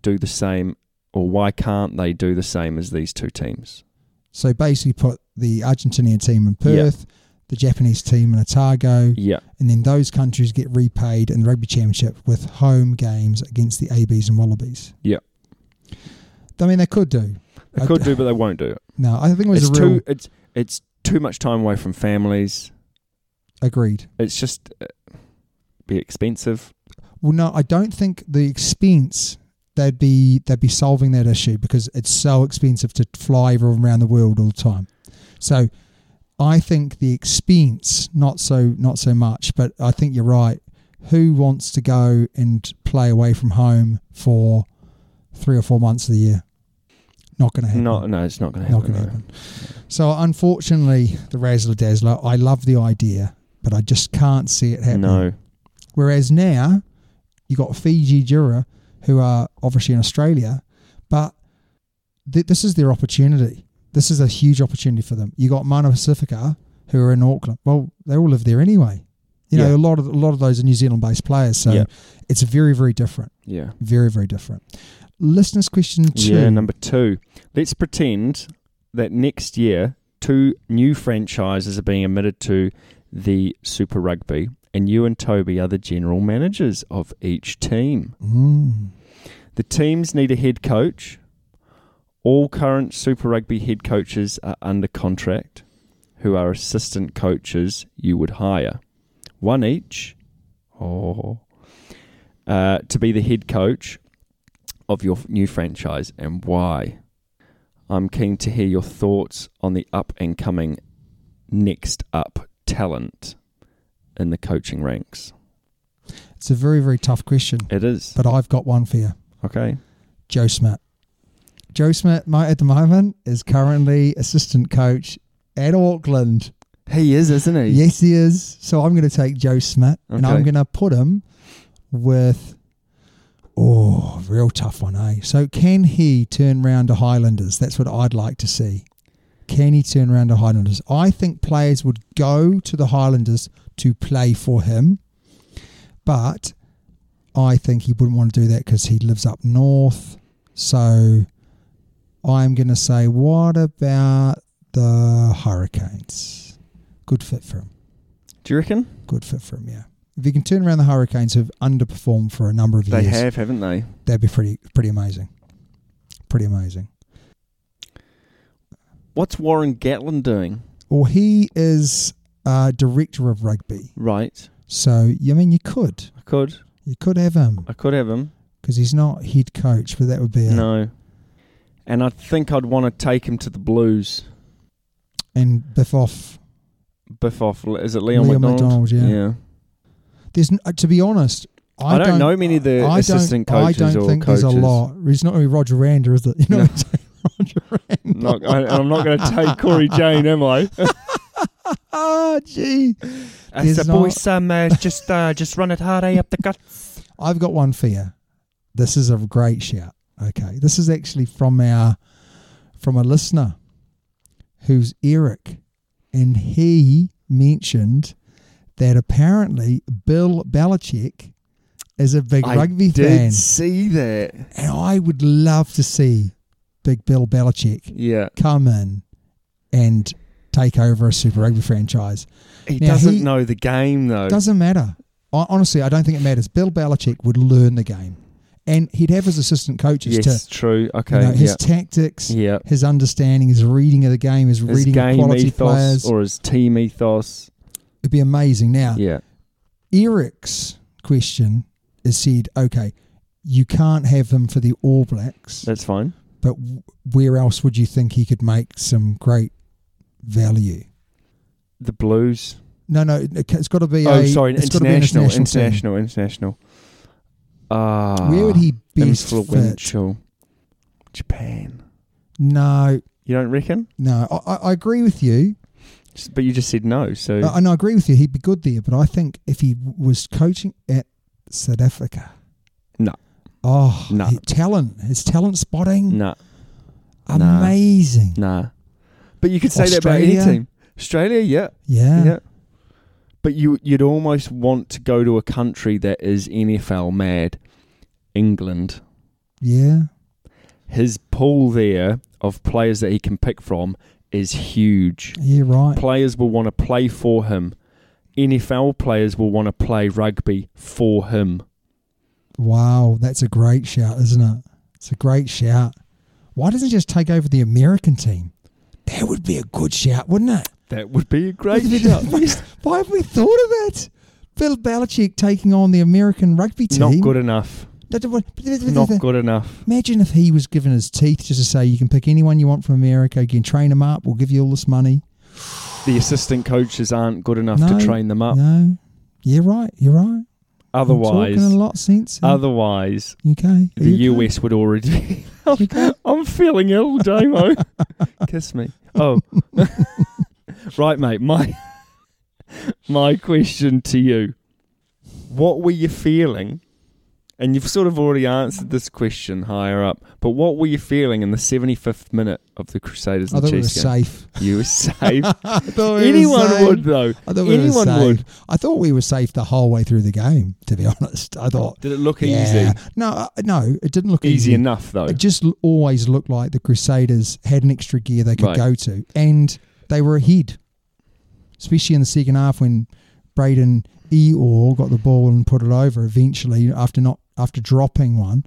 do the same or why can't they do the same as these two teams?
so basically, put the Argentinian team in Perth, the Japanese team in Otago,
Yeah.
and then those countries get repaid in the Rugby Championship with home games against the ABs and Wallabies.
Yeah.
I mean, they could do.
They
I-
could do but they won't do it.
No, I think it was
it's
a real
too it's it's too much time away from families.
agreed.
It's just uh, be expensive.
Well, no, I don't think the expense they'd be they'd be solving that issue because it's so expensive to fly everyone around the world all the time. So I think the expense, not so not so much, but I think you're right. Who wants to go and play away from home for three or four months of the year? Not going to happen.
No, no, it's not going to
not
happen.
going to
no.
happen. So unfortunately, the razzler dazzler. I love the idea, but I just can't see it happening.
No.
Whereas now, you got Fiji Jura, who are obviously in Australia, but th- this is their opportunity. This is a huge opportunity for them. You got Mana Pacifica, who are in Auckland. Well, they all live there anyway. You know, a
Yeah.
lot of a lot of those are New Zealand-based players, so
Yeah.
it's very, very different.
Yeah.
Very, very different. Listeners' question two.
Yeah, number two. Let's pretend that next year two new franchises are being admitted to the Super Rugby, and you and Toby are the general managers of each team.
Mm.
The teams need a head coach. All current Super Rugby head coaches are under contract, who are assistant coaches you would hire. One each. Oh. Uh, to be the head coach of your f- new franchise and why. I'm keen to hear your thoughts on the up and coming next up talent in the coaching ranks.
It's a very, very tough question,
It is.
but I've got one for you.
Okay.
Joe Smith. Joe Smith, mate, at the moment, is currently assistant coach at Auckland.
He is, isn't he?
Yes, he is. So I'm going to take Joe Smith and I'm
Okay.
going to put him with, oh, real tough one, eh? So can he turn round to Highlanders? That's what I'd like to see. Can he turn round to Highlanders? I think players would go to the Highlanders to play for him, but I think he wouldn't want to do that because he lives up north. So I'm going to say, what about the Hurricanes? Good fit for him.
Do you reckon?
Good fit for him, yeah. If he can turn around the Hurricanes who've underperformed for a number of
They
years,
have, haven't they?
that'd be pretty pretty amazing. Pretty amazing.
What's Warren Gatlin doing?
Or he is uh, director of rugby.
Right.
So, you mean, you could.
I could.
You could have him
I could have him.
because he's not head coach, but that would be a.
No. And I think I'd want to take him to the Blues.
And biff off.
Biff off. Is it Leon,
Leon
McDonald?
McDonald, yeah. There's, n- uh, to be honest, I,
I don't know many of the
I don't-
assistant
I
coaches
don't
or
think there's a
coaches.
lot. He's not going to be Roger Rander, is it? You know
No.
what I'm saying? *laughs* Roger Rander.
Not, I, am not going to take Corey Jane, am I?
Oh, gee.
As
There's
the
not-
boys, um, uh, just *laughs* uh, just run it hard eh, up the gut.
I've got one for you. This is a great shout. Okay, this is actually from our from a listener who's Eric, and he mentioned that apparently Bill Belichick is a big rugby fan,
see that.
and I would love to see Big Bill Belichick
Yeah,
come in and take over a Super Rugby franchise.
he
Now,
doesn't
he-
know the game though.
Doesn't matter. I, honestly, I don't think it matters. Bill Belichick would learn the game, and he'd have his assistant coaches
yes,
to
true.
uh, You
Okay,
know, his
yeah.
tactics,
Yeah.
his understanding, his reading of the game, his,
his
reading of
game
quality
ethos
players. Ah.
or his team ethos.
It'd be amazing. Now,
Yeah,
Eric's question is said, okay, you can't have him for the All Blacks,
that's fine.
but w- where else would you think he could make some great value?
The Blues.
No, no, it- it's got to be
Oh,
a.
sorry,
it's gotta
international,
be an international. team.
international, international. Ah,
Where would he best fit?
influential? Japan.
No,
You don't reckon?
no, I, I- I agree with you.
S- But you just said no. So
Uh, and I agree with you. He'd be good there, but I think if he w- was coaching at South Africa,
no,
oh,
No.
he- talent, his talent spotting,
no, no.
amazing.
no. But you could say that about
Australia?
any team. Australia, yeah,
Yeah.
yeah. But you you'd almost want to go to a country that is NFL mad, England.
yeah,
His pool there of players that he can pick from is huge.
yeah, right.
players will want to play for him. NFL players will want to play rugby for him.
Wow, that's a great shout, isn't it? It's a great shout. Why doesn't he just take over the American team? That would be a good shout, wouldn't it?
That would be a great
*laughs* Why have we thought of that? Bill Belichick taking on the American rugby team.
Not good enough. Not good enough.
Imagine if he was given his teeth just to say, you can pick anyone you want from America, you can train them up, we'll give you all this money.
the assistant coaches aren't good enough
no,
to train them up.
No, you're right. You're right. I'm
Otherwise,
talking a lot of sense. in
otherwise,
UK, Are
the
you okay?
US would already.
You
*laughs*
okay?
I'm feeling ill, Damo.
*laughs*
Kiss me. Oh, *laughs* right, mate. My my question to you: What were you feeling? And you've sort of already answered this question higher up, but what were you feeling in the 75th minute of the Crusaders
I
and
thought we were
Chiefs game? *laughs*
safe. *laughs*
You were safe.
I thought we were
Anyone
safe.
would though.
I thought we were
Anyone
safe.
would.
I thought we were safe the whole way through the game. To be *laughs* honest, I thought.
Did it look
Yeah.
easy?
No, uh, no, it didn't look
Easy
easy.
enough though.
It just l- always looked like the Crusaders had an extra gear they could
Right.
go to, and they were ahead, especially in the second half when Braden Eor got the ball and put it over. Eventually, after not after dropping one,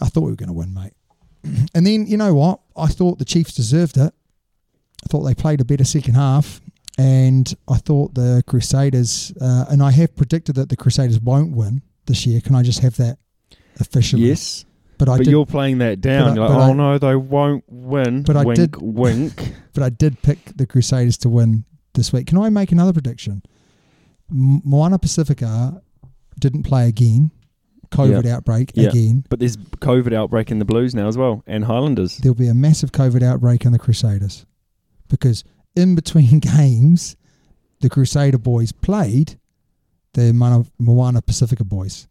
I thought we were going to win, mate. *clears throat* And then you know what? I thought the Chiefs deserved it. I thought they played a better second half, and I thought the Crusaders. Uh, and I have predicted that the Crusaders won't win this year. Can I just have that officially?
yes.
but I
but
did,
you're playing that down.
I-
You're
but
like,
I-
oh no, they won't win.
But I
wink,
did- *laughs*
wink.
but I did pick the Crusaders to win this week. Can I make another prediction? M- Moana Pacifica didn't play again. COVID
Yeah.
outbreak
Yeah.
again.
But there's COVID outbreak in the Blues now as well, and Highlanders.
There'll be a massive COVID outbreak in the Crusaders because in between *laughs* games, the Crusader boys played the Mana- Moana Pacifica boys.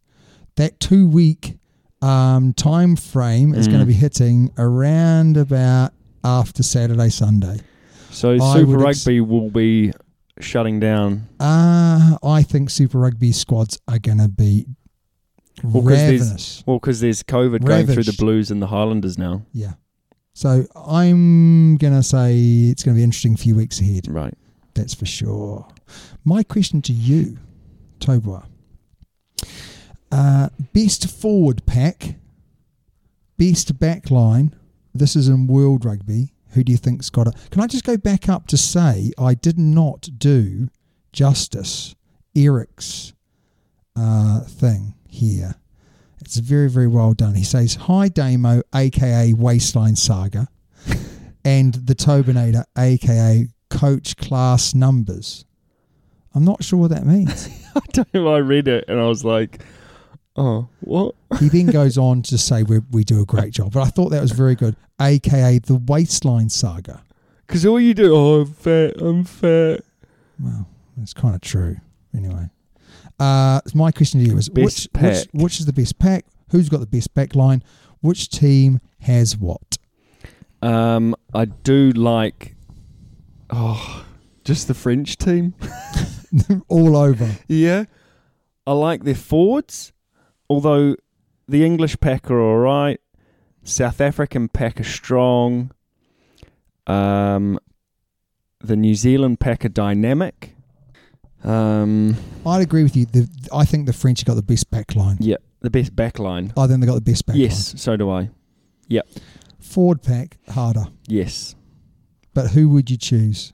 That two week um, time frame is going to
Mm.
be hitting around about after Saturday, Sunday.
So
I
Super
would
Rugby
ex-
will be shutting down
Uh, I think Super Rugby squads are going to be
Well, 'cause there's-
ravenous.
well because there's COVID going through the
Ravaged.
Blues and the Highlanders now.
Yeah. So I'm going to say it's going to be an interesting few weeks ahead.
*laughs* Right.
That's for sure. My question to you, Tobwa. Uh, best forward pack, best back line. This is in world rugby. Who do you think's got it? Can I just go back up to say I did not do justice Eric's uh, thing here. It's very, very well done. He says, Hi Damo, aka Waistline Saga and the Tobinator, aka coach class numbers. I'm not sure what that means.
*laughs* I read it and I was like, oh, what?
he
*laughs*
then goes on to say we we do a great job, but I thought that was very good, aka the waistline saga.
Because all you do, oh, I'm fat, I'm fat.
Well, that's kind of true. Anyway, uh, my question to you is:
Best
which, which
pack.
which is the best pack? Who's got the best back line? Which team has
*laughs*
what? *laughs*
Um, I do like, oh, just the French team.
All over.
Yeah. I like their forwards, although the English pack are all right. South African pack are strong. Um, the New Zealand pack are dynamic. Um,
I'd agree with you. The, I think the French have got the best back line.
yeah, the best back line.
I think they got the best back
yes, so do I.
line. Forward pack harder,
Yes.
but who would you choose?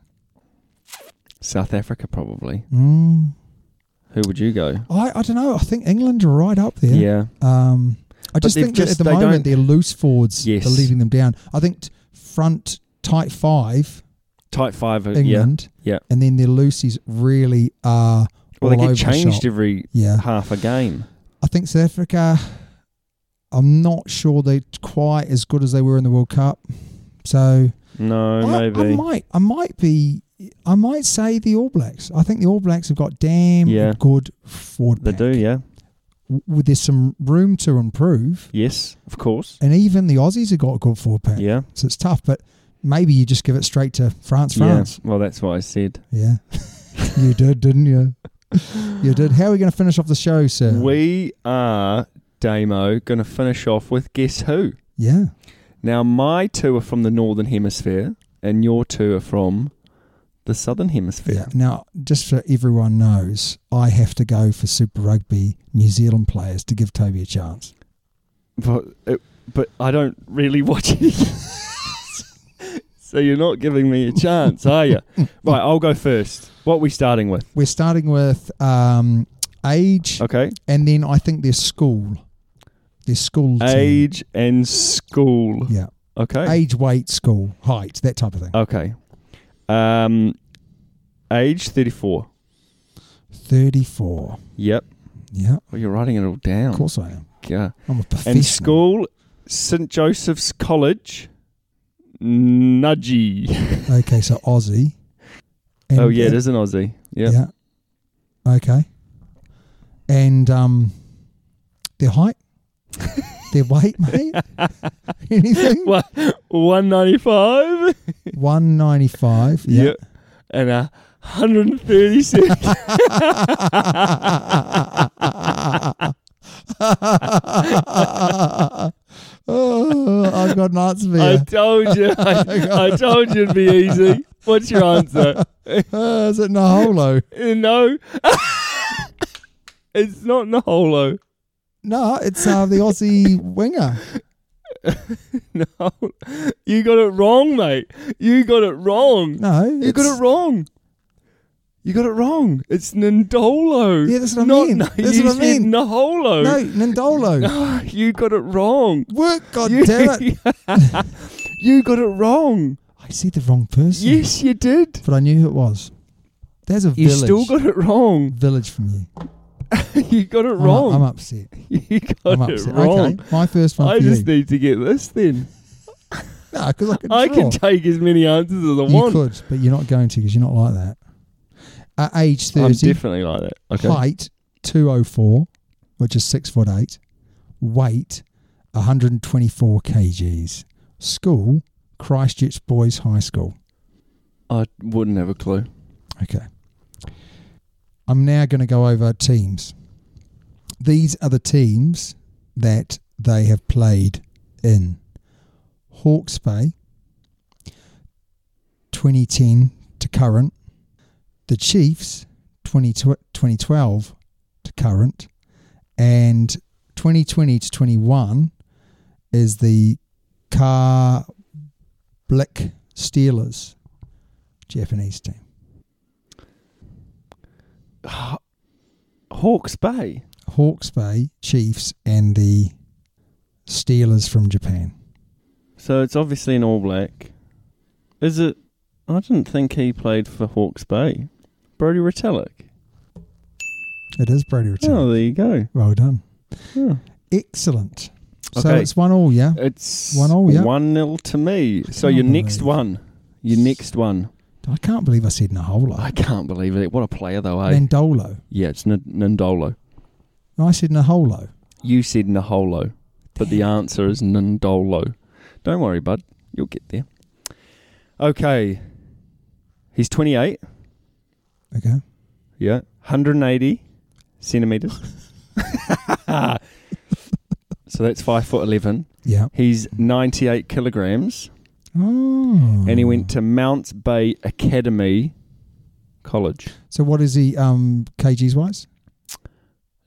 South Africa, probably.
Mm.
Who would you go?
I, I don't know. I think England are right up there.
Yeah.
Um, I
But
just
they've
think that
just-
at the
they don't-
moment their loose forwards
Yes.
are leading them down. I think t- front tight five
Type five. uh,
England,
Yeah.
and then their loosies really are
Yeah. Well, they
all
get
over the
changed
shop.
every
yeah,
half a game.
I think South Africa. I'm not sure they're quite as good as they were in the World Cup. So
No,
I,
Oh, maybe.
I might, I might be, I might say the All Blacks. I think the All Blacks have got damn
Yeah.
good forward.
they
pack.
do, yeah.
w- there's some room to improve,
Yes, of course.
and even the Aussies have got a good forward pack.
Yeah.
So it's tough, but maybe you just give it straight to France, France.
Yeah, well, that's what I said.
Yeah. *laughs* you did, didn't you? You did. How are we going to finish off the show, sir?
We are, Damo, going to finish off with Guess Who?
yeah.
Now, my two are from the Northern Hemisphere, and your two are from the Southern
Yeah.
Hemisphere.
Now, just so everyone knows, I have to go for Super Rugby New Zealand players to give Toby a chance.
But, it, but I don't really watch any. *laughs* so you're not giving me a chance, are you? right, I'll go first. What are we starting with?
We're starting with um, age,
Okay.
and then I think their school, their school team.
Age and school.
yeah,
Okay.
age, weight, school, height, that type of thing.
Okay. Um, Age 34.
34.
Yep.
Yeah, of
Well, you're writing it all down.
course I am.
Yeah.
I'm a professional.
Hmm. And school, St. Joseph's College, *laughs* Nudgy.
Okay, so Aussie. And,
oh, yeah, it
uh,
is an Aussie. Yeah. *laughs*
Yeah. Okay. And um, their
*laughs*
height, their weight, mate. Anything?
Wha- 195.
One ninety five. Yeah.
Yep. And a 136. *laughs*
Oh, I've got an answer for
I
you.
told *laughs* you. I, I told you it'd be easy. What's your *laughs*
Uh,
answer?
is it Naholo?
Uh, No. *laughs* it's not Naholo. *laughs*
No, it's uh, the Aussie winger.
No. You got it wrong, mate. You got it wrong.
No,
You got
it's-
it wrong. You got it wrong. It's Nindolo.
Yeah, that's what I
Not-
mean.
No,
That's
you
what I
said
mean.
Naholo.
No,
*laughs*
Nindolo.
You got it wrong.
Work, God
You,
damn it.
*laughs* you got it wrong.
I said the wrong person.
Yes, you did.
But I knew who it was. There's a
You
village.
still got it wrong. *laughs*
village from you.
You got it
I'm-
wrong.
I'm, upset.
You got
I'm
it
upset.
wrong.
Okay, my first one
I
for
just
you.
need to get this then.
No, because I can
I
draw.
can take as many answers as I
You
want.
could, but you're not going to because you're not like that. Uh, age
I'm
30,
definitely like that. Okay.
height 204, which is 6 foot 8, weight 124 kgs. School, Christchurch Boys High School.
I wouldn't have a clue.
Okay. I'm now going to go over teams. These are the teams that they have played in Hawke's Bay, 2010 to current, the Chiefs, 20 tw- 2012 to current, and 2020 to 21 is the Car Blick Steelers, Japanese team.
Hawke's Bay.
Hawke's Bay Chiefs and the Steelers from Japan.
So it's obviously an All Black. Is it? I didn't think he played for Hawke's Bay. Brody Retallick.
It is Brody
Oh,
Return.
there you go.
Well done.
Yeah.
Excellent. So
Okay.
it's one all, yeah?
It's
One all, yeah.
One nil to me. So
can't
your next
believe-
one. Your next one.
I can't believe I said
I
Nahola.
can't believe it. What a player though, eh?
Nandolo.
yeah, it's N- Nandolo.
No, I said Naholo.
You said Naholo, but the answer is Nandolo. Don't worry, bud. You'll get there. Okay. He's 28.
Okay.
Yeah. 180
*laughs*
centimeters. so that's 5 foot 11.
Yeah.
He's 98 kilograms.
Oh.
And he went to Mount Bay Academy College.
So what is he, um, kgs wise?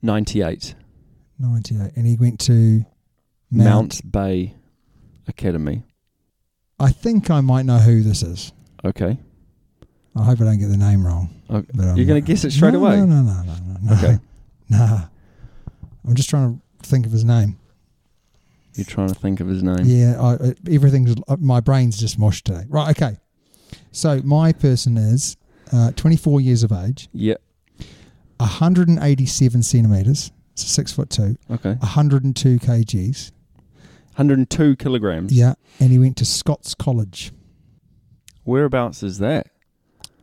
98.
98. And he went to Mount.
Mount Bay Academy.
I think I might know who this is.
Okay.
I hope I don't get the name wrong.
Okay.
But I'm
You're going
not-
to guess it straight
No,
away?
No, no, no, no, no, no.
Okay.
*laughs* Nah. I'm just trying to think of his name.
You're trying to think of his name.
Yeah, I, I- everything's uh, my brain's just mush today. Right, okay. So my person is uh, 24 years of age,
Yeah.
187 centimeters, so six foot two,
Okay.
102 kgs.
102 kilograms.
Yeah, and he went to Scots College.
Whereabouts is that?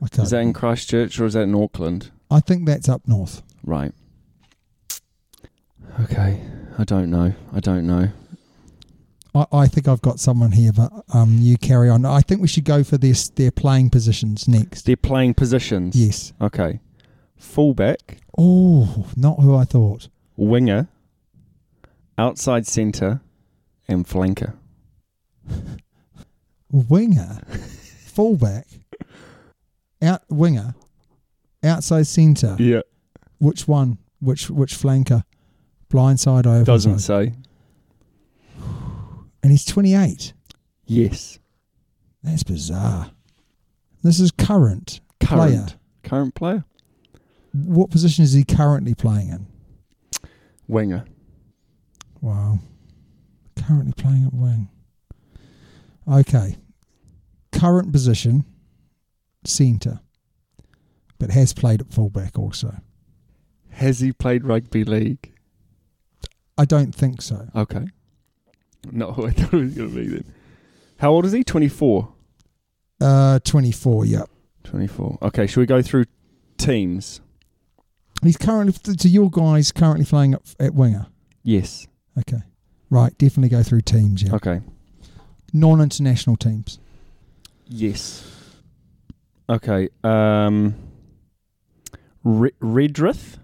Okay,
Is that in Christchurch or is that in Auckland?
I think that's up north.
Right. Okay. I don't know. I don't know.
I, I think I've got someone here, but um, you carry on. I think we should go for this their playing positions next.
They're playing positions.
Yes.
Okay. Fullback,
Oh, not who I thought.
winger, outside centre, and flanker.
winger, fullback, out winger, outside centre.
Yeah.
Which one? Which which flanker? Blindside over.
Doesn't say.
And he's 28.
Yes.
That's bizarre. This is current,
Current.
player.
Current player?
What position is he currently playing in?
Winger.
Wow. Currently playing at wing. Okay. Current position, centre. but has played at fullback also.
Has he played rugby league?
I don't think so.
Okay. No, I thought it was going to be then. How old is he? 24.
Uh, 24, yeah.
24. Okay, should we go through teams?
He's currently, so your guy's currently playing at, at winger.
Yes.
Okay. Right, definitely go through teams, yeah.
Okay.
Non international teams.
Yes. Okay. Um, Re- Redruth?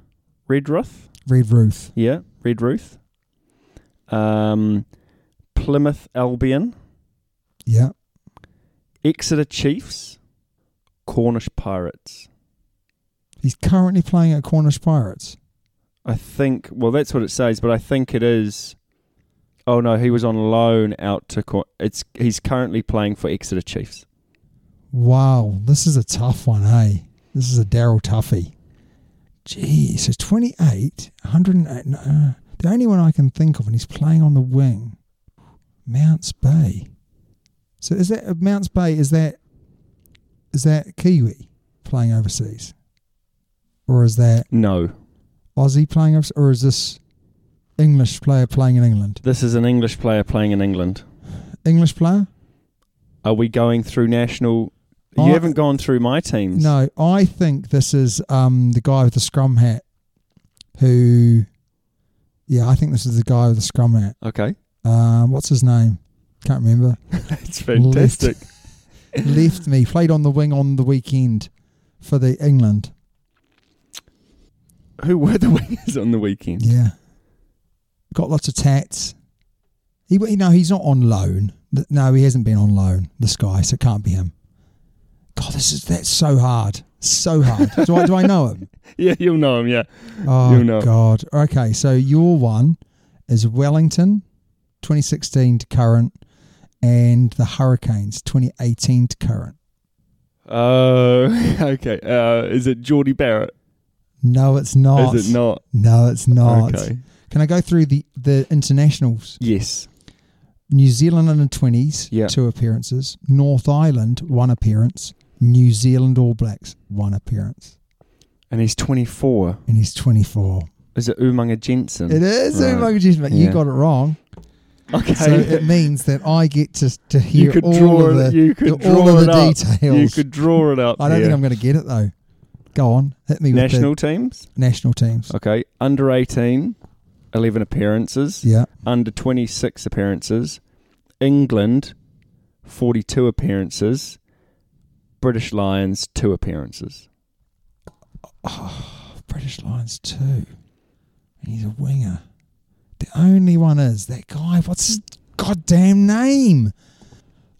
Redruth?
Red Roof,
Yeah, Redruth. Um, Plymouth Albion.
yeah.
Exeter Chiefs. Cornish Pirates.
He's currently playing at Cornish Pirates.
I think, well, that's what it says, but I think it is. Oh no, he was on loan out to. Cor- It's he's currently playing for Exeter Chiefs.
Wow, this is a tough one, eh? This is a Daryl Tuffy. Gee, so 28, 108. No, uh, the only one I can think of, and he's playing on the wing, Mounts Bay. So is that uh, Mounts Bay? Is that is that Kiwi playing overseas, or is that
No,
Aussie playing overseas, or is this English player playing in England?
this is an English player playing in England.
English player?
Are we going through national?
I-
You haven't gone through my teams.
Oh. No, I think this is um, the guy with the scrum hat who, yeah, I think this is the guy with the scrum hat.
Okay, *laughs*
Um, what's his name? Can't remember.
it's fantastic.
Left me, played on the wing on the weekend for the England.
Who were the *laughs* wingers on the weekend?
Yeah. Got lots of tats. He, you know, he's not on loan. Th- No, he hasn't been on loan, this guy, so it can't be him. God, this is, that's so hard. So hard. do, I, do I know him?
Yeah, you'll know him. Yeah,
Oh
You'll know.
God. Okay, so your one is Wellington, 2016 to current, and the Hurricanes, 2018 to current.
Oh, okay. Uh, *laughs* is it Geordie Barrett?
No, it's not.
Is it not?
No, it's not.
Okay.
Can I go through the the internationals?
Yes.
New Zealand under 20s,
Yeah.
two appearances. North Island, one appearance. New Zealand All Blacks, one appearance.
And he's 24.
And he's 24.
Is it Umanga Jensen?
It is. oh
Right.
Umanga Jensen, but You
Yeah.
got it wrong.
Okay.
So
*laughs*
it means that I get to, to hear
you could
all
draw
of the,
it. You could
the- all
draw
of
it
the
up.
details.
You could draw it up.
I don't
here.
think I'm going to get it though. Go on, hit me
national
with
teams.
the national teams.
Okay, under 18, 11 appearances.
Yeah,
Under 26 appearances. England, 42 appearances. British Lions, two appearances.
British Lions too. And he's a winger. The only one is that guy. What's his goddamn name?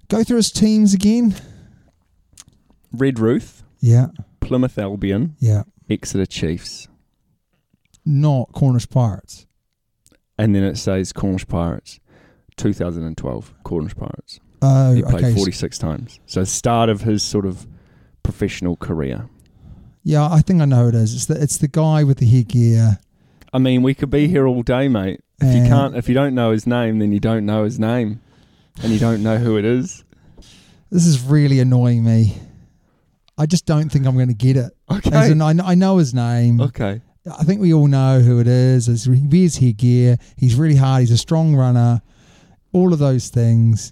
Go through his teams again.
Redruth,
Yeah,
Plymouth Albion,
yeah.
Exeter Chiefs,
Not Cornish Pirates.
and then it says Cornish Pirates. 2012 Cornish Pirates.
Oh,
He played
okay.
46 times. So start of his sort of professional career.
Yeah, I think I know who it is. It's the it's the guy with the headgear.
I mean, we could be here all day, mate. If
And-
you can't, if you don't know his name, then you don't know his name, and you don't know who
*laughs*
it is.
This is really annoying me. I just don't think I'm going to get it.
Okay.
As in, I, kn- I know his name.
Okay.
I think we all know who it is. It's, he wears head gear. He's really hard. He's a strong runner. All of those things.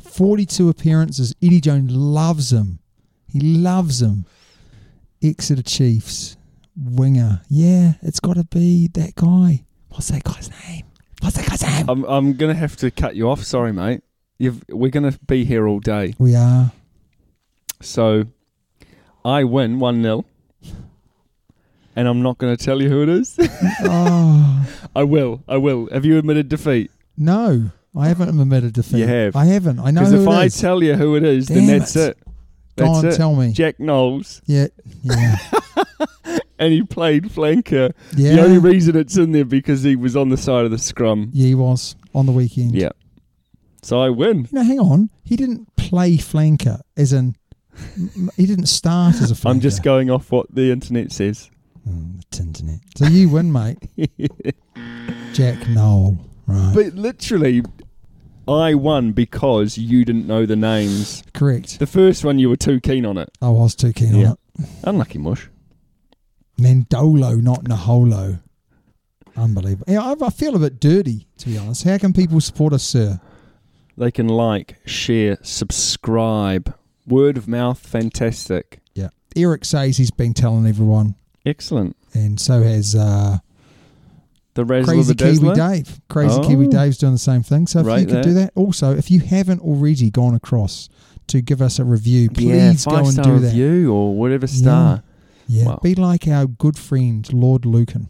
42 appearances. Eddie Jones loves him. He loves him. Exeter Chiefs. Winger. Yeah, it's got to be that guy. What's that guy's name? What's that guy's name?
I'm I'm gonna have to cut you off. Sorry, mate. You've we're gonna be here all day.
we are.
So, I win one 0 and I'm not gonna tell you who
*laughs*
it is.
Oh,
I will. I will. Have you admitted defeat?
no. I haven't admitted defeat.
You have.
I haven't. I know
Because
who
if
it
I
is.
tell you who it is, then
Damn
that's
it.
it.
Go
That's
on,
it.
tell me.
Jack Knowles,
yeah. Yeah. *laughs*
and he played flanker.
Yeah.
The only reason it's in there because he was on the side of the scrum.
yeah, he was on the weekend.
Yeah. So I win.
No, hang on. He didn't play flanker, as in m- he didn't start as a flanker.
I'm just going off what the internet says.
Mm, the internet. So you win,
*laughs*
mate. Jack Noel, right?
But literally, I won because you didn't know the names.
Correct.
The first one, you were too keen on it.
I was too keen
Yeah.
on
Unlucky mush.
Nandolo, not Naholo. Unbelievable. Yeah, I, I feel a bit dirty, to be honest. How can people support us, sir?
They can like, share, subscribe. Word of mouth, fantastic.
Yeah. Eric says he's been telling everyone,
Excellent.
and so has uh,
The Razzle
Crazy
the
Kiwi
Dazzler.
Dave. Crazy
Oh.
Kiwi Dave's doing the same thing. So if
Right
you could
there.
do that. Also, if you haven't already gone across to give us a review,
Yeah,
please go and
five-star
do that.
review or whatever star.
Yeah.
Wow.
Be like our good friend, Lord Lucan,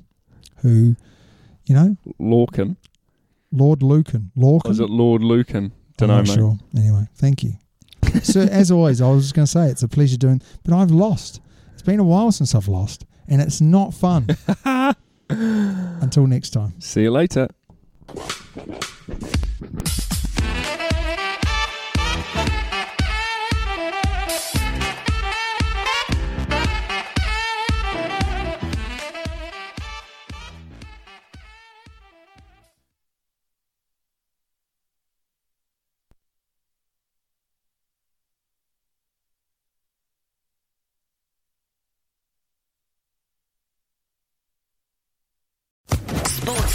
who, you know,
Lorcan.
Lord Lucan. Lorcan.
Or is it Lord Lucan? Don't know,
I'm
mate.
not sure. Anyway, thank you.
*laughs*
so as always, I was just going to say it's a pleasure doing, but I've lost. It's been a while since I've lost, and it's not
*laughs*
fun. Until next time.
See you later.
Sports